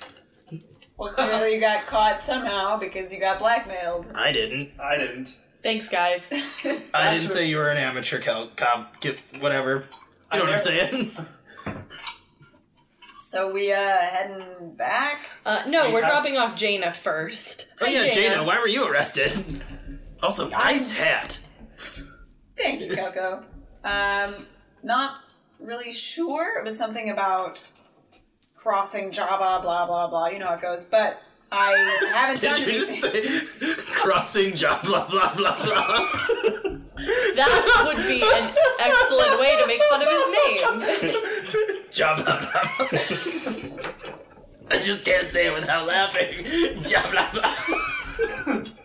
S2: Well, clearly you got caught somehow because you got blackmailed.
S6: I didn't.
S3: I didn't.
S5: Thanks, guys.
S6: I
S3: That's
S6: didn't
S3: what-
S6: say you were an amateur cop, cop get, whatever. You know what I'm saying?
S2: So we uh heading back.
S5: Uh, no, we're
S3: have-
S5: dropping off Jaina first.
S6: Oh
S5: Hi,
S6: yeah, Jada, why were you arrested? Also, nice hat.
S2: Thank you, Coco. um, not really sure. It was something about crossing Java, blah blah blah. You know how it goes. But I haven't done
S6: Did you
S2: anything.
S6: just say crossing job blah blah blah blah?
S5: That would be an excellent way to make fun of his name.
S6: job blah blah blah. I just can't say it without laughing. Job blah blah.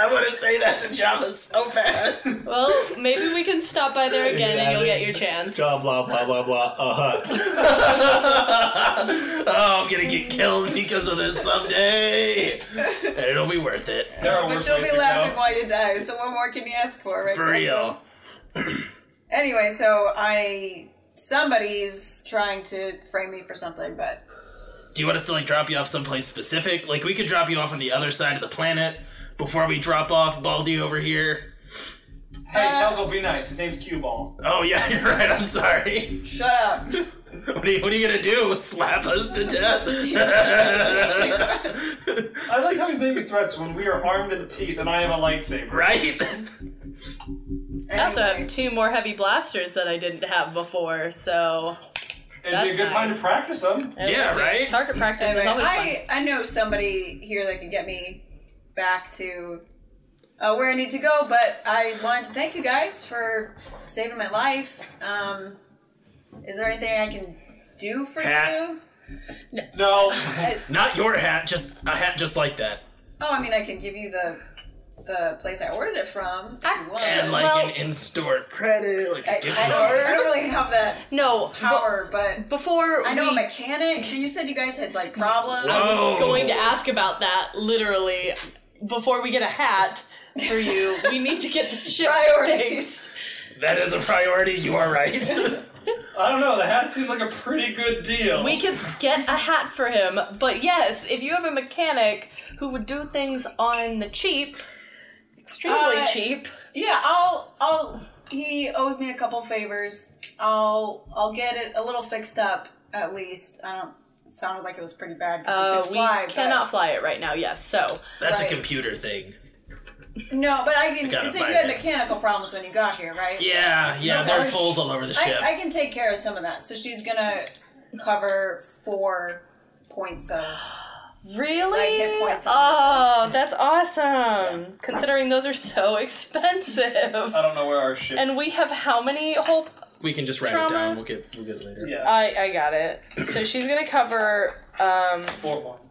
S6: I want to say that to Java so bad.
S5: Well, maybe we can stop by there again and you'll get your chance.
S7: Blah blah blah blah blah. Uh huh.
S6: oh, I'm gonna get killed because of this someday, and it'll be worth it
S3: There are
S2: But
S3: worse
S2: you'll
S3: ways
S2: be
S3: to
S2: laughing
S3: go.
S2: while you die. So what more can you ask for, right?
S6: for real.
S2: Anyway, so I somebody's trying to frame me for something, but
S6: Do you want us to like drop you off someplace specific? Like we could drop you off on the other side of the planet before we drop off Baldy over here.
S3: Hey, Kelko, be nice. His name's Cue Ball.
S6: Oh yeah, you're right. I'm sorry.
S2: shut up.
S6: What are you, what are you gonna do? Slap us to death?
S3: I like how he's making threats when we are armed to the teeth and I have a lightsaber.
S6: right?
S5: I also
S2: Anyway,
S5: have two more heavy blasters that I didn't have before, so.
S3: It'd be a
S5: That's
S3: good time to
S5: nice.
S3: practice them.
S6: Yeah, right?
S5: Target practice
S2: anyway,
S5: is always fun.
S2: I I know somebody here that can get me back to uh, where I need to go, but I wanted to thank you guys for saving my life. Um, is there anything I can do for
S6: Hat.
S2: you?
S3: No,
S6: Not your hat, just a hat just like that.
S2: Oh, I mean, I can give you the the place I ordered it from. if you want.
S6: And like
S5: Well-
S6: an in-store credit, like
S2: I,
S6: a
S2: I,
S6: gift
S2: don't, I
S6: card.
S2: don't really have that
S5: No, but
S2: power, but
S5: before
S2: I know
S5: we
S2: a mechanic. So you said you guys had like problems.
S6: Whoa.
S5: going to ask about that literally before we get a hat for you. We need to get the ship
S2: Priorities.
S5: fixed.
S6: That is a priority. You are right.
S3: I don't know. The hat seemed like a pretty good deal.
S5: We could get a hat for him, but yes, if you have a mechanic who would do things on the cheap, extremely
S2: Uh,
S5: cheap,
S2: Yeah, I'll I'll he owes me a couple favors. I'll I'll get it a little fixed up at least. I don't. It sounded like it was pretty bad because
S5: uh,
S2: could
S5: we
S2: fly. but-
S5: cannot fly it right now. Yes, so
S6: That's
S2: Right.
S6: a computer thing.
S2: No, but I can.
S6: gotta
S2: It's like you
S6: buy
S2: had
S6: this.
S2: mechanical problems when you got here, right?
S6: Yeah, yeah.
S2: Okay.
S6: There's holes all over the ship.
S2: I, I can take care of some of that. So she's gonna cover for points of.
S5: Really?
S2: Like hit points on
S5: oh, that's awesome. Considering those are so expensive.
S3: I don't know where our ship.
S5: And we have how many whole
S6: We can just write it
S5: Trauma.
S6: down. We'll get we'll get it later.
S3: yeah,
S5: I I got it. So she's gonna cover um
S3: four points.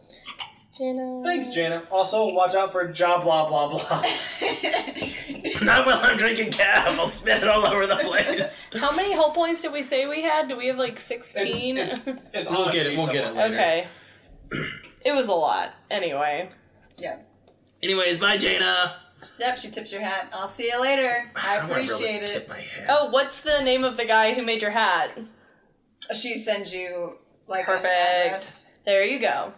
S5: Jenna.
S3: Thanks, Jana. Also, watch out for job blah blah blah.
S6: Not while I'm drinking cab. I'll spit it all over the place.
S5: How many whole points did we say we had? Do we have like sixteen?
S3: It's, it's, it's
S6: We'll
S3: on
S6: get
S3: a
S6: it- we'll get it
S3: sheet
S6: later.
S5: okay. it was a lot. Anyway.
S2: Yeah.
S6: Anyways, bye, Jaina.
S2: Yep, she tips your hat. I'll see you later. I
S6: don't wanna
S2: appreciate
S6: really
S2: it.
S6: Tip my hat.
S5: Oh, what's the name of the guy who made your hat?
S2: She sends you like an
S5: Perfect.
S2: address.
S5: There you go.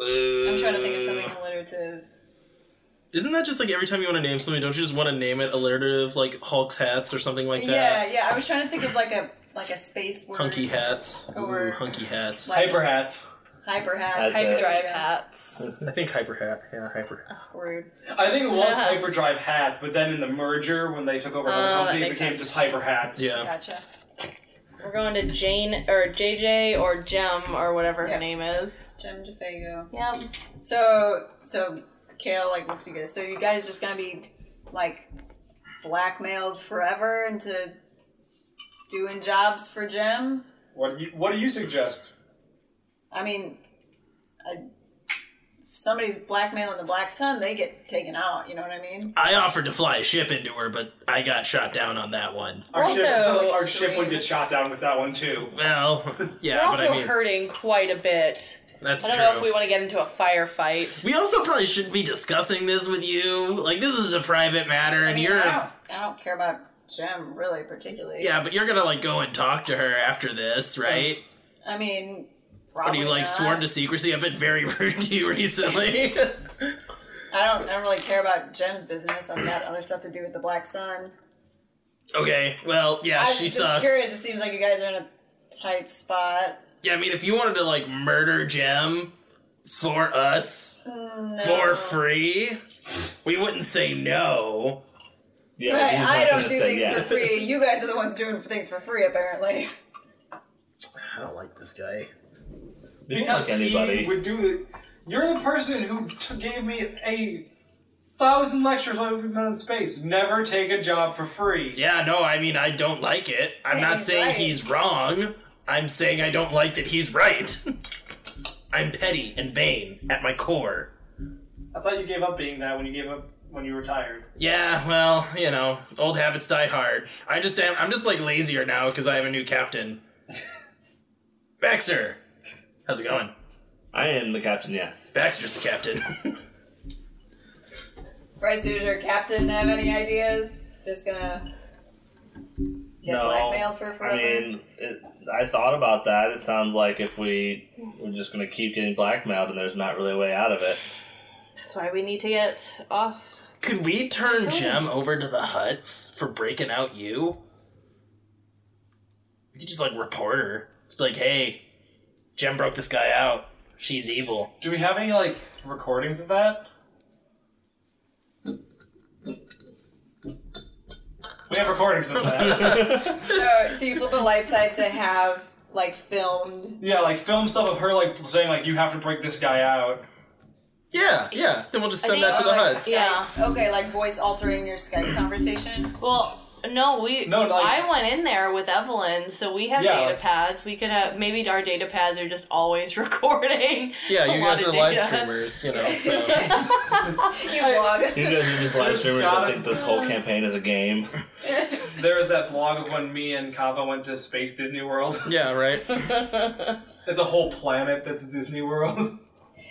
S2: I'm trying to think of something alliterative.
S6: Isn't that just like every time you want to name something, don't you just want to name it alliterative, like Hulk's hats or something like
S2: Yeah,
S6: that?
S2: yeah. I was trying to think of like a like a space word.
S6: Hunky hats. Ooh,
S2: Or-
S6: hunky hats.
S2: Like
S3: Hyper hats.
S2: hyper hats.
S7: That's it.
S5: Hyperdrive
S2: Yeah.
S5: hats.
S6: I think hyper hat. Yeah, hyper.
S5: Rude.
S3: I think it was
S5: Yeah.
S3: Hyperdrive hat, but then in the merger when they took over another
S5: Oh, that
S3: company, it
S5: makes
S3: became
S5: sense.
S3: just Hyper hats.
S6: Yeah.
S2: Gotcha.
S5: We're going to Jane or JJ or Jem or whatever
S2: Yeah.
S5: her name is.
S2: Jim DeFago.
S5: Yep.
S2: So, so Kale like looks at you guys. So you guys just gonna be like blackmailed forever into doing jobs for Jim?
S3: What do you What do you suggest?
S2: I mean, I, if somebody's blackmailing the Black Sun, they get taken out. You know what I mean?
S6: I offered to fly a ship into her, but I got shot down on that one.
S3: Our ship,
S5: Also,
S3: our ship would get shot down with that one too.
S6: Well,
S5: We're
S6: yeah, but
S5: also
S6: I mean,
S5: hurting quite a bit.
S6: that's
S5: I don't
S6: true.
S5: know if we want to get into a firefight.
S6: We also probably shouldn't be discussing this with you. Like, this is a private matter,
S2: I
S6: and
S2: mean,
S6: you're.
S2: I don't, I don't care about Jim really particularly.
S6: Yeah, but you're gonna, like, go and talk to her after this, right?
S2: I mean,
S6: What
S2: Oh, probably
S6: are you, like,
S2: not.
S6: sworn to secrecy? I've been very rude to you recently.
S2: I don't. I don't really care about Jim's business. I've got other stuff to do with the Black Sun.
S6: okay, well, yeah,
S2: I'm
S6: she
S2: just
S6: sucks.
S2: curious. It seems like you guys are in a tight spot.
S6: Yeah, I mean, if you wanted to, like, murder Jem for us,
S2: Mm,
S6: for free, we wouldn't say no.
S7: Yeah, but
S2: Right,
S7: he's
S2: I
S7: not
S2: don't
S7: gonna
S2: do
S7: say
S2: things
S7: yes.
S2: for free. You guys are the ones doing things for free, apparently.
S6: I don't like this guy.
S3: Because
S7: like
S3: he
S7: anybody.
S3: would do the. You're the person who t- gave me a thousand lectures while we've been in space. Never take a job for free.
S6: Yeah, no, I mean, I don't like it. I'm
S2: Yeah,
S6: not
S2: he's
S6: saying
S2: right.
S6: he's wrong. I'm saying I don't like that he's right. I'm petty and vain at my core.
S3: I thought you gave up being that when you gave up when you retired.
S6: Yeah, well, you know, old habits die hard. I just am, I'm just like lazier now because I have a new captain. Baxter! How's it going?
S7: I am the captain, yes.
S6: Baxter's the captain.
S2: Right, so does your captain have any ideas? Just gonna get
S7: no,
S2: blackmailed for forever?
S7: I mean, it, I thought about that. It sounds like if we we're just gonna keep getting blackmailed, and there's not really a way out of it.
S5: That's why we need to get off.
S6: Could we turn Jem over to the Huts for breaking out you? We could just like report her. Just be like, hey, Jem broke this guy out. She's evil.
S3: Do we have any like recordings of that? We have recordings of that.
S2: so, so you flip a light side to have like filmed.
S3: yeah, like film stuff of her like saying like you have to break this guy out.
S6: Yeah, yeah. Then we'll just
S5: send think- that to the
S2: like,
S5: Huts. Yeah.
S2: Skype- Okay, like voice altering your Skype conversation.
S5: Well, no, we.
S3: No, like-
S5: I went in there with Evelyn, so we have
S3: Yeah.
S5: data pads. We could have maybe our data pads are just always recording. It's
S6: Yeah,
S5: a
S6: you
S5: lot
S6: guys
S5: of
S6: are live
S5: data.
S6: streamers, you know. So
S2: You vlog.
S7: You guys are just live streamers that
S3: Gotta-
S7: think this whole campaign is a game.
S3: There is that blog of when me and Kava went to Space Disney World.
S6: yeah, right.
S3: It's a whole planet that's Disney World.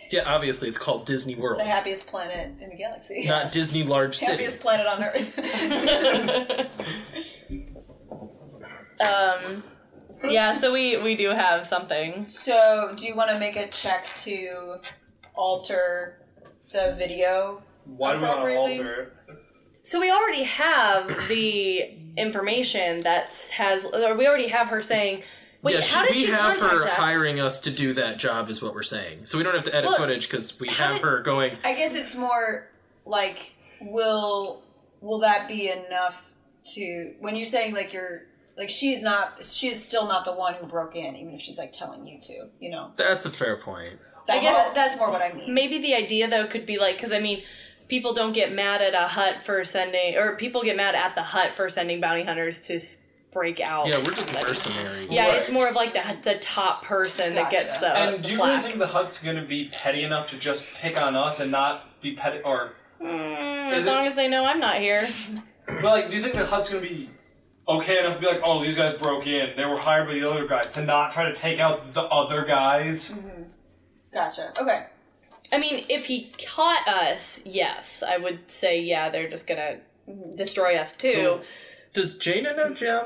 S6: Yeah, obviously it's called Disney World,
S2: the happiest planet in the galaxy.
S6: not Disney large city.
S2: happiest planet on Earth.
S5: um. Yeah, so we we do have something.
S2: So, do you want to make a check to alter the video?
S3: Why do we want to
S2: Appropriately.
S3: alter it?
S5: So we already have the information that's has. Or we already have her saying. Wait,
S6: yeah,
S5: how
S6: should
S5: did
S6: we
S5: you
S6: have
S5: contact
S6: her
S5: us?
S6: hiring us to do that job? Is what we're saying. So we don't have to edit
S5: Well,
S6: footage because we
S5: how
S6: have
S5: did-
S6: her going.
S2: I guess it's more like will will that be enough to when you're saying like your
S8: Like she's not, she is still not the one who broke in, even if she's like telling you to. You know,
S6: That's a fair point.
S8: I guess that's more what I mean.
S5: Maybe the idea though could be like, because I mean, people don't get mad at a hut for sending, or people get mad at the hut for sending bounty hunters to s- break out.
S6: Yeah, we're just mercenaries.
S5: Yeah, it's more of like the the top person that gets Uh, the
S3: And do you really
S5: flack.
S3: think the Hut's gonna be petty enough to just pick on us and not be petty, or
S5: Mm,
S3: Is
S5: as
S3: it-
S5: long as they know I'm not here.
S3: but like, do you think the Hut's gonna be okay enough to be like, oh, these guys broke in, they were hired by the other guys to not try to take out the other guys?
S8: Gotcha. Okay.
S5: I mean, if he caught us, yes, I would say yeah, they're just gonna destroy us too.
S6: Does Jaina know Jim?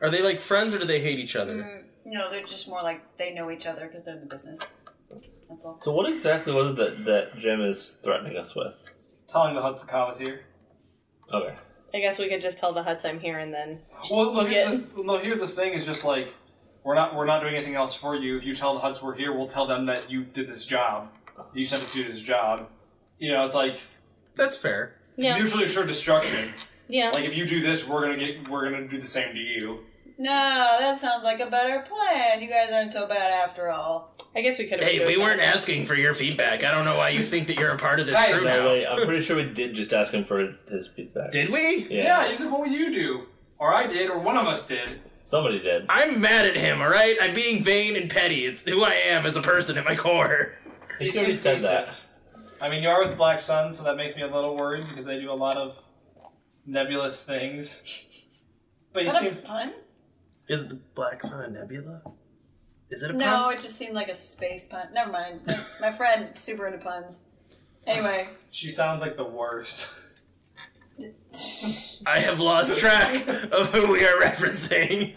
S6: Are they like friends or do they hate each other?
S8: No, they're just more like they know each other because they're in the business. That's all.
S7: So what exactly was it that, that Jim is threatening us with?
S3: Telling the Hut the Kava's here.
S7: Okay.
S5: I guess we could just tell the huts I'm here and then
S3: Well, look
S5: get-
S3: at the, no, here's the thing is just like we're not we're not doing anything else for you. If you tell the Huts we're here, we'll tell them that you did this job. You sent us to do this job. You know, it's like
S6: That's fair.
S5: yeah
S3: mutually assured destruction.
S5: yeah.
S3: Like if you do this, we're gonna get we're gonna do the same to you.
S8: No, that sounds like a better plan. You guys aren't so bad after all.
S5: I guess we could.
S6: Hey, we weren't asking for your feedback. I don't know why you think that you're a part of this
S3: Hey,
S6: crew
S7: By the
S6: now.
S7: way, I'm pretty sure we did just ask him for his feedback.
S6: Did we?
S7: Yeah.
S3: Yeah, you said what would you do? Or I did, or one of us did.
S7: Somebody did.
S6: I'm mad at him, alright? I'm being vain and petty. It's who I am as a person at my core.
S7: He already
S3: seems
S7: said
S3: decent.
S7: that.
S3: I mean, you are with the Black Sun, so that makes me a little worried because they do a lot of nebulous things. But you
S8: Is that a
S3: seem
S8: pun?
S6: Is the Black Sun a nebula? Is it a
S8: No, it just seemed like a space pun. Never mind. My friend, super into puns. Anyway,
S3: she sounds like the worst.
S6: I have lost track of who we are referencing.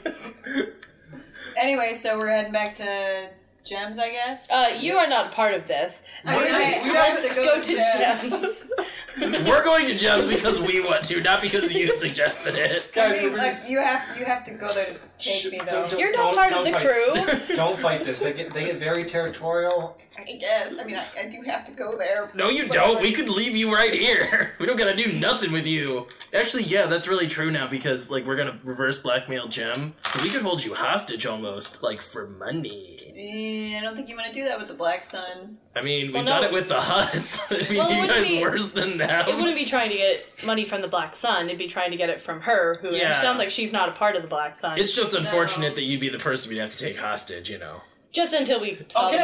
S8: anyway, so we're heading back to gems, I guess.
S5: Uh, you are not part of this.
S8: Okay,
S3: we
S8: let's
S3: have
S5: Let's go to Jim.
S6: We're going to Jeff's because we want to, not because you suggested it.
S8: I
S3: Guys,
S8: mean,
S3: we're
S8: like,
S3: just-
S8: you have you have to go there to
S3: Shh,
S8: take me
S3: don't-
S8: though.
S3: don't-
S5: You're not part
S3: don't
S5: of the
S3: fight.
S5: crew.
S3: Don't fight this. They get they get very territorial.
S8: I guess. I mean, I, I do have to go there.
S6: No, you
S8: But,
S6: don't.
S8: like,
S6: We could leave you right here. We don't gotta do nothing with you. Actually, yeah, that's really true now because like we're gonna reverse blackmail Jim, so we could hold you hostage almost, like for money.
S8: eh, I don't think you want to do that with the black sun.
S6: I mean, we've
S5: Well,
S6: done
S5: no.
S6: it with the Huts. I mean,
S5: Well, it
S6: you
S5: wouldn't
S6: guys
S5: be-
S6: worse than them.
S5: It wouldn't be trying to get money from the Black Sun. It'd be trying to get it from her, who
S6: Yeah.
S5: sounds like she's not a part of the Black Sun.
S6: It's just unfortunate that you'd be the person we'd have to take hostage. You know.
S5: just until we saw
S3: Okay,
S5: the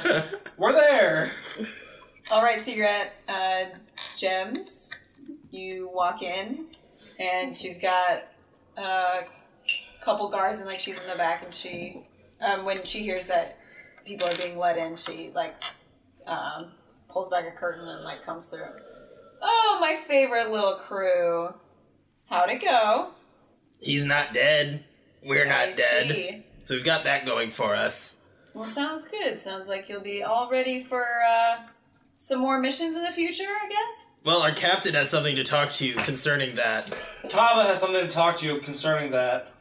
S3: moving
S5: Sun.
S3: We're there.
S8: All right, so you're at uh, gems. You walk in, and she's got a couple guards, and like she's in the back, and she, um, when she hears that people are being let in, she like um, pulls back a curtain and like comes through. Oh, my favorite little crew. How'd it go?
S6: He's not dead. We're not
S8: I
S6: dead.
S8: see.
S6: So we've got that going for us.
S8: Well, sounds good. Sounds like you'll be all ready for uh, some more missions in the future, I guess.
S6: Well, our captain has something to talk to you concerning that.
S3: Kava has something to talk to you concerning that.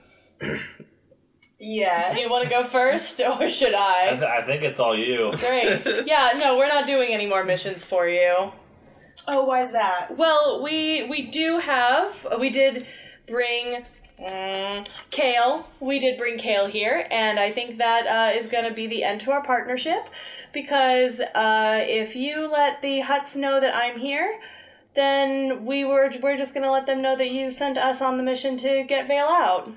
S8: Yes.
S5: Do you want to go first, or should I?
S7: I, th- I think it's all you.
S5: Great. Yeah, no, we're not doing any more missions for you.
S8: Oh, why is that?
S5: Well, we we do have we did bring mm, Kale. We did bring Kale here, and I think that uh, is going to be the end to our partnership because uh, if you let the Huts know that I'm here, then we were we're just going to let them know that you sent us on the mission to get Vale out.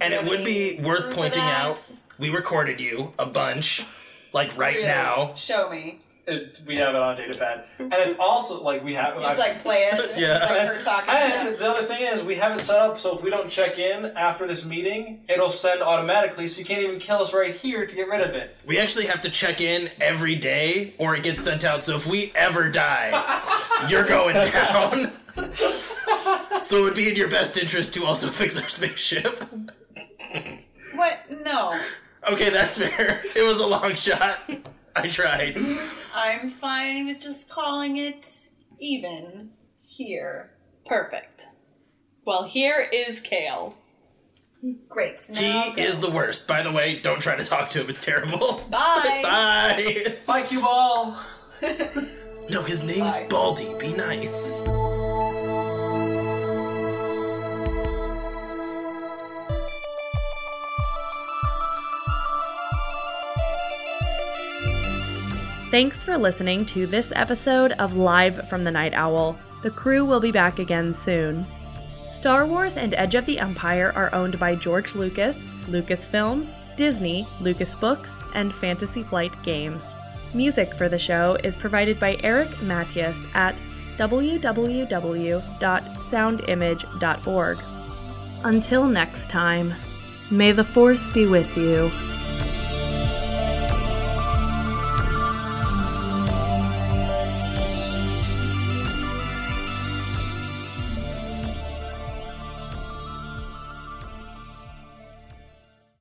S6: And it would be worth pointing
S8: that?
S6: out we recorded you a bunch, like right now.
S8: Show me.
S3: It, we have it on data pad, and it's also like we have.
S8: Just like play it.
S6: Yeah.
S8: It's
S3: That's-
S8: like her talking.
S3: and the other thing is, we have it set up so if we don't check in after this meeting, it'll send automatically, so you can't even kill us right here to get rid of it.
S6: We actually have to check in every day or it gets sent out. So if we ever die, you're going down. so it would be in your best interest to also fix our spaceship.
S8: What? No.
S6: Okay, that's fair. It was a long shot. I tried.
S8: I'm fine with just calling it even here.
S5: Perfect. Well, here is Kale.
S8: Great. Now I'll
S6: He
S8: go.
S6: is the worst. By the way, don't try to talk to him. It's terrible.
S8: Bye.
S6: Bye.
S3: Bye, cue ball.
S6: No, his name's
S8: Bye.
S6: Baldy. Be nice.
S1: Thanks for listening to this episode of Live from the Night Owl. The crew will be back again soon. Star Wars and Edge of the Empire are owned by George Lucas, Lucasfilms, Disney, Lucas Books, and Fantasy Flight Games. Music for the show is provided by Eric Matthias at www.soundimage.org. Until next time, may the Force be with you.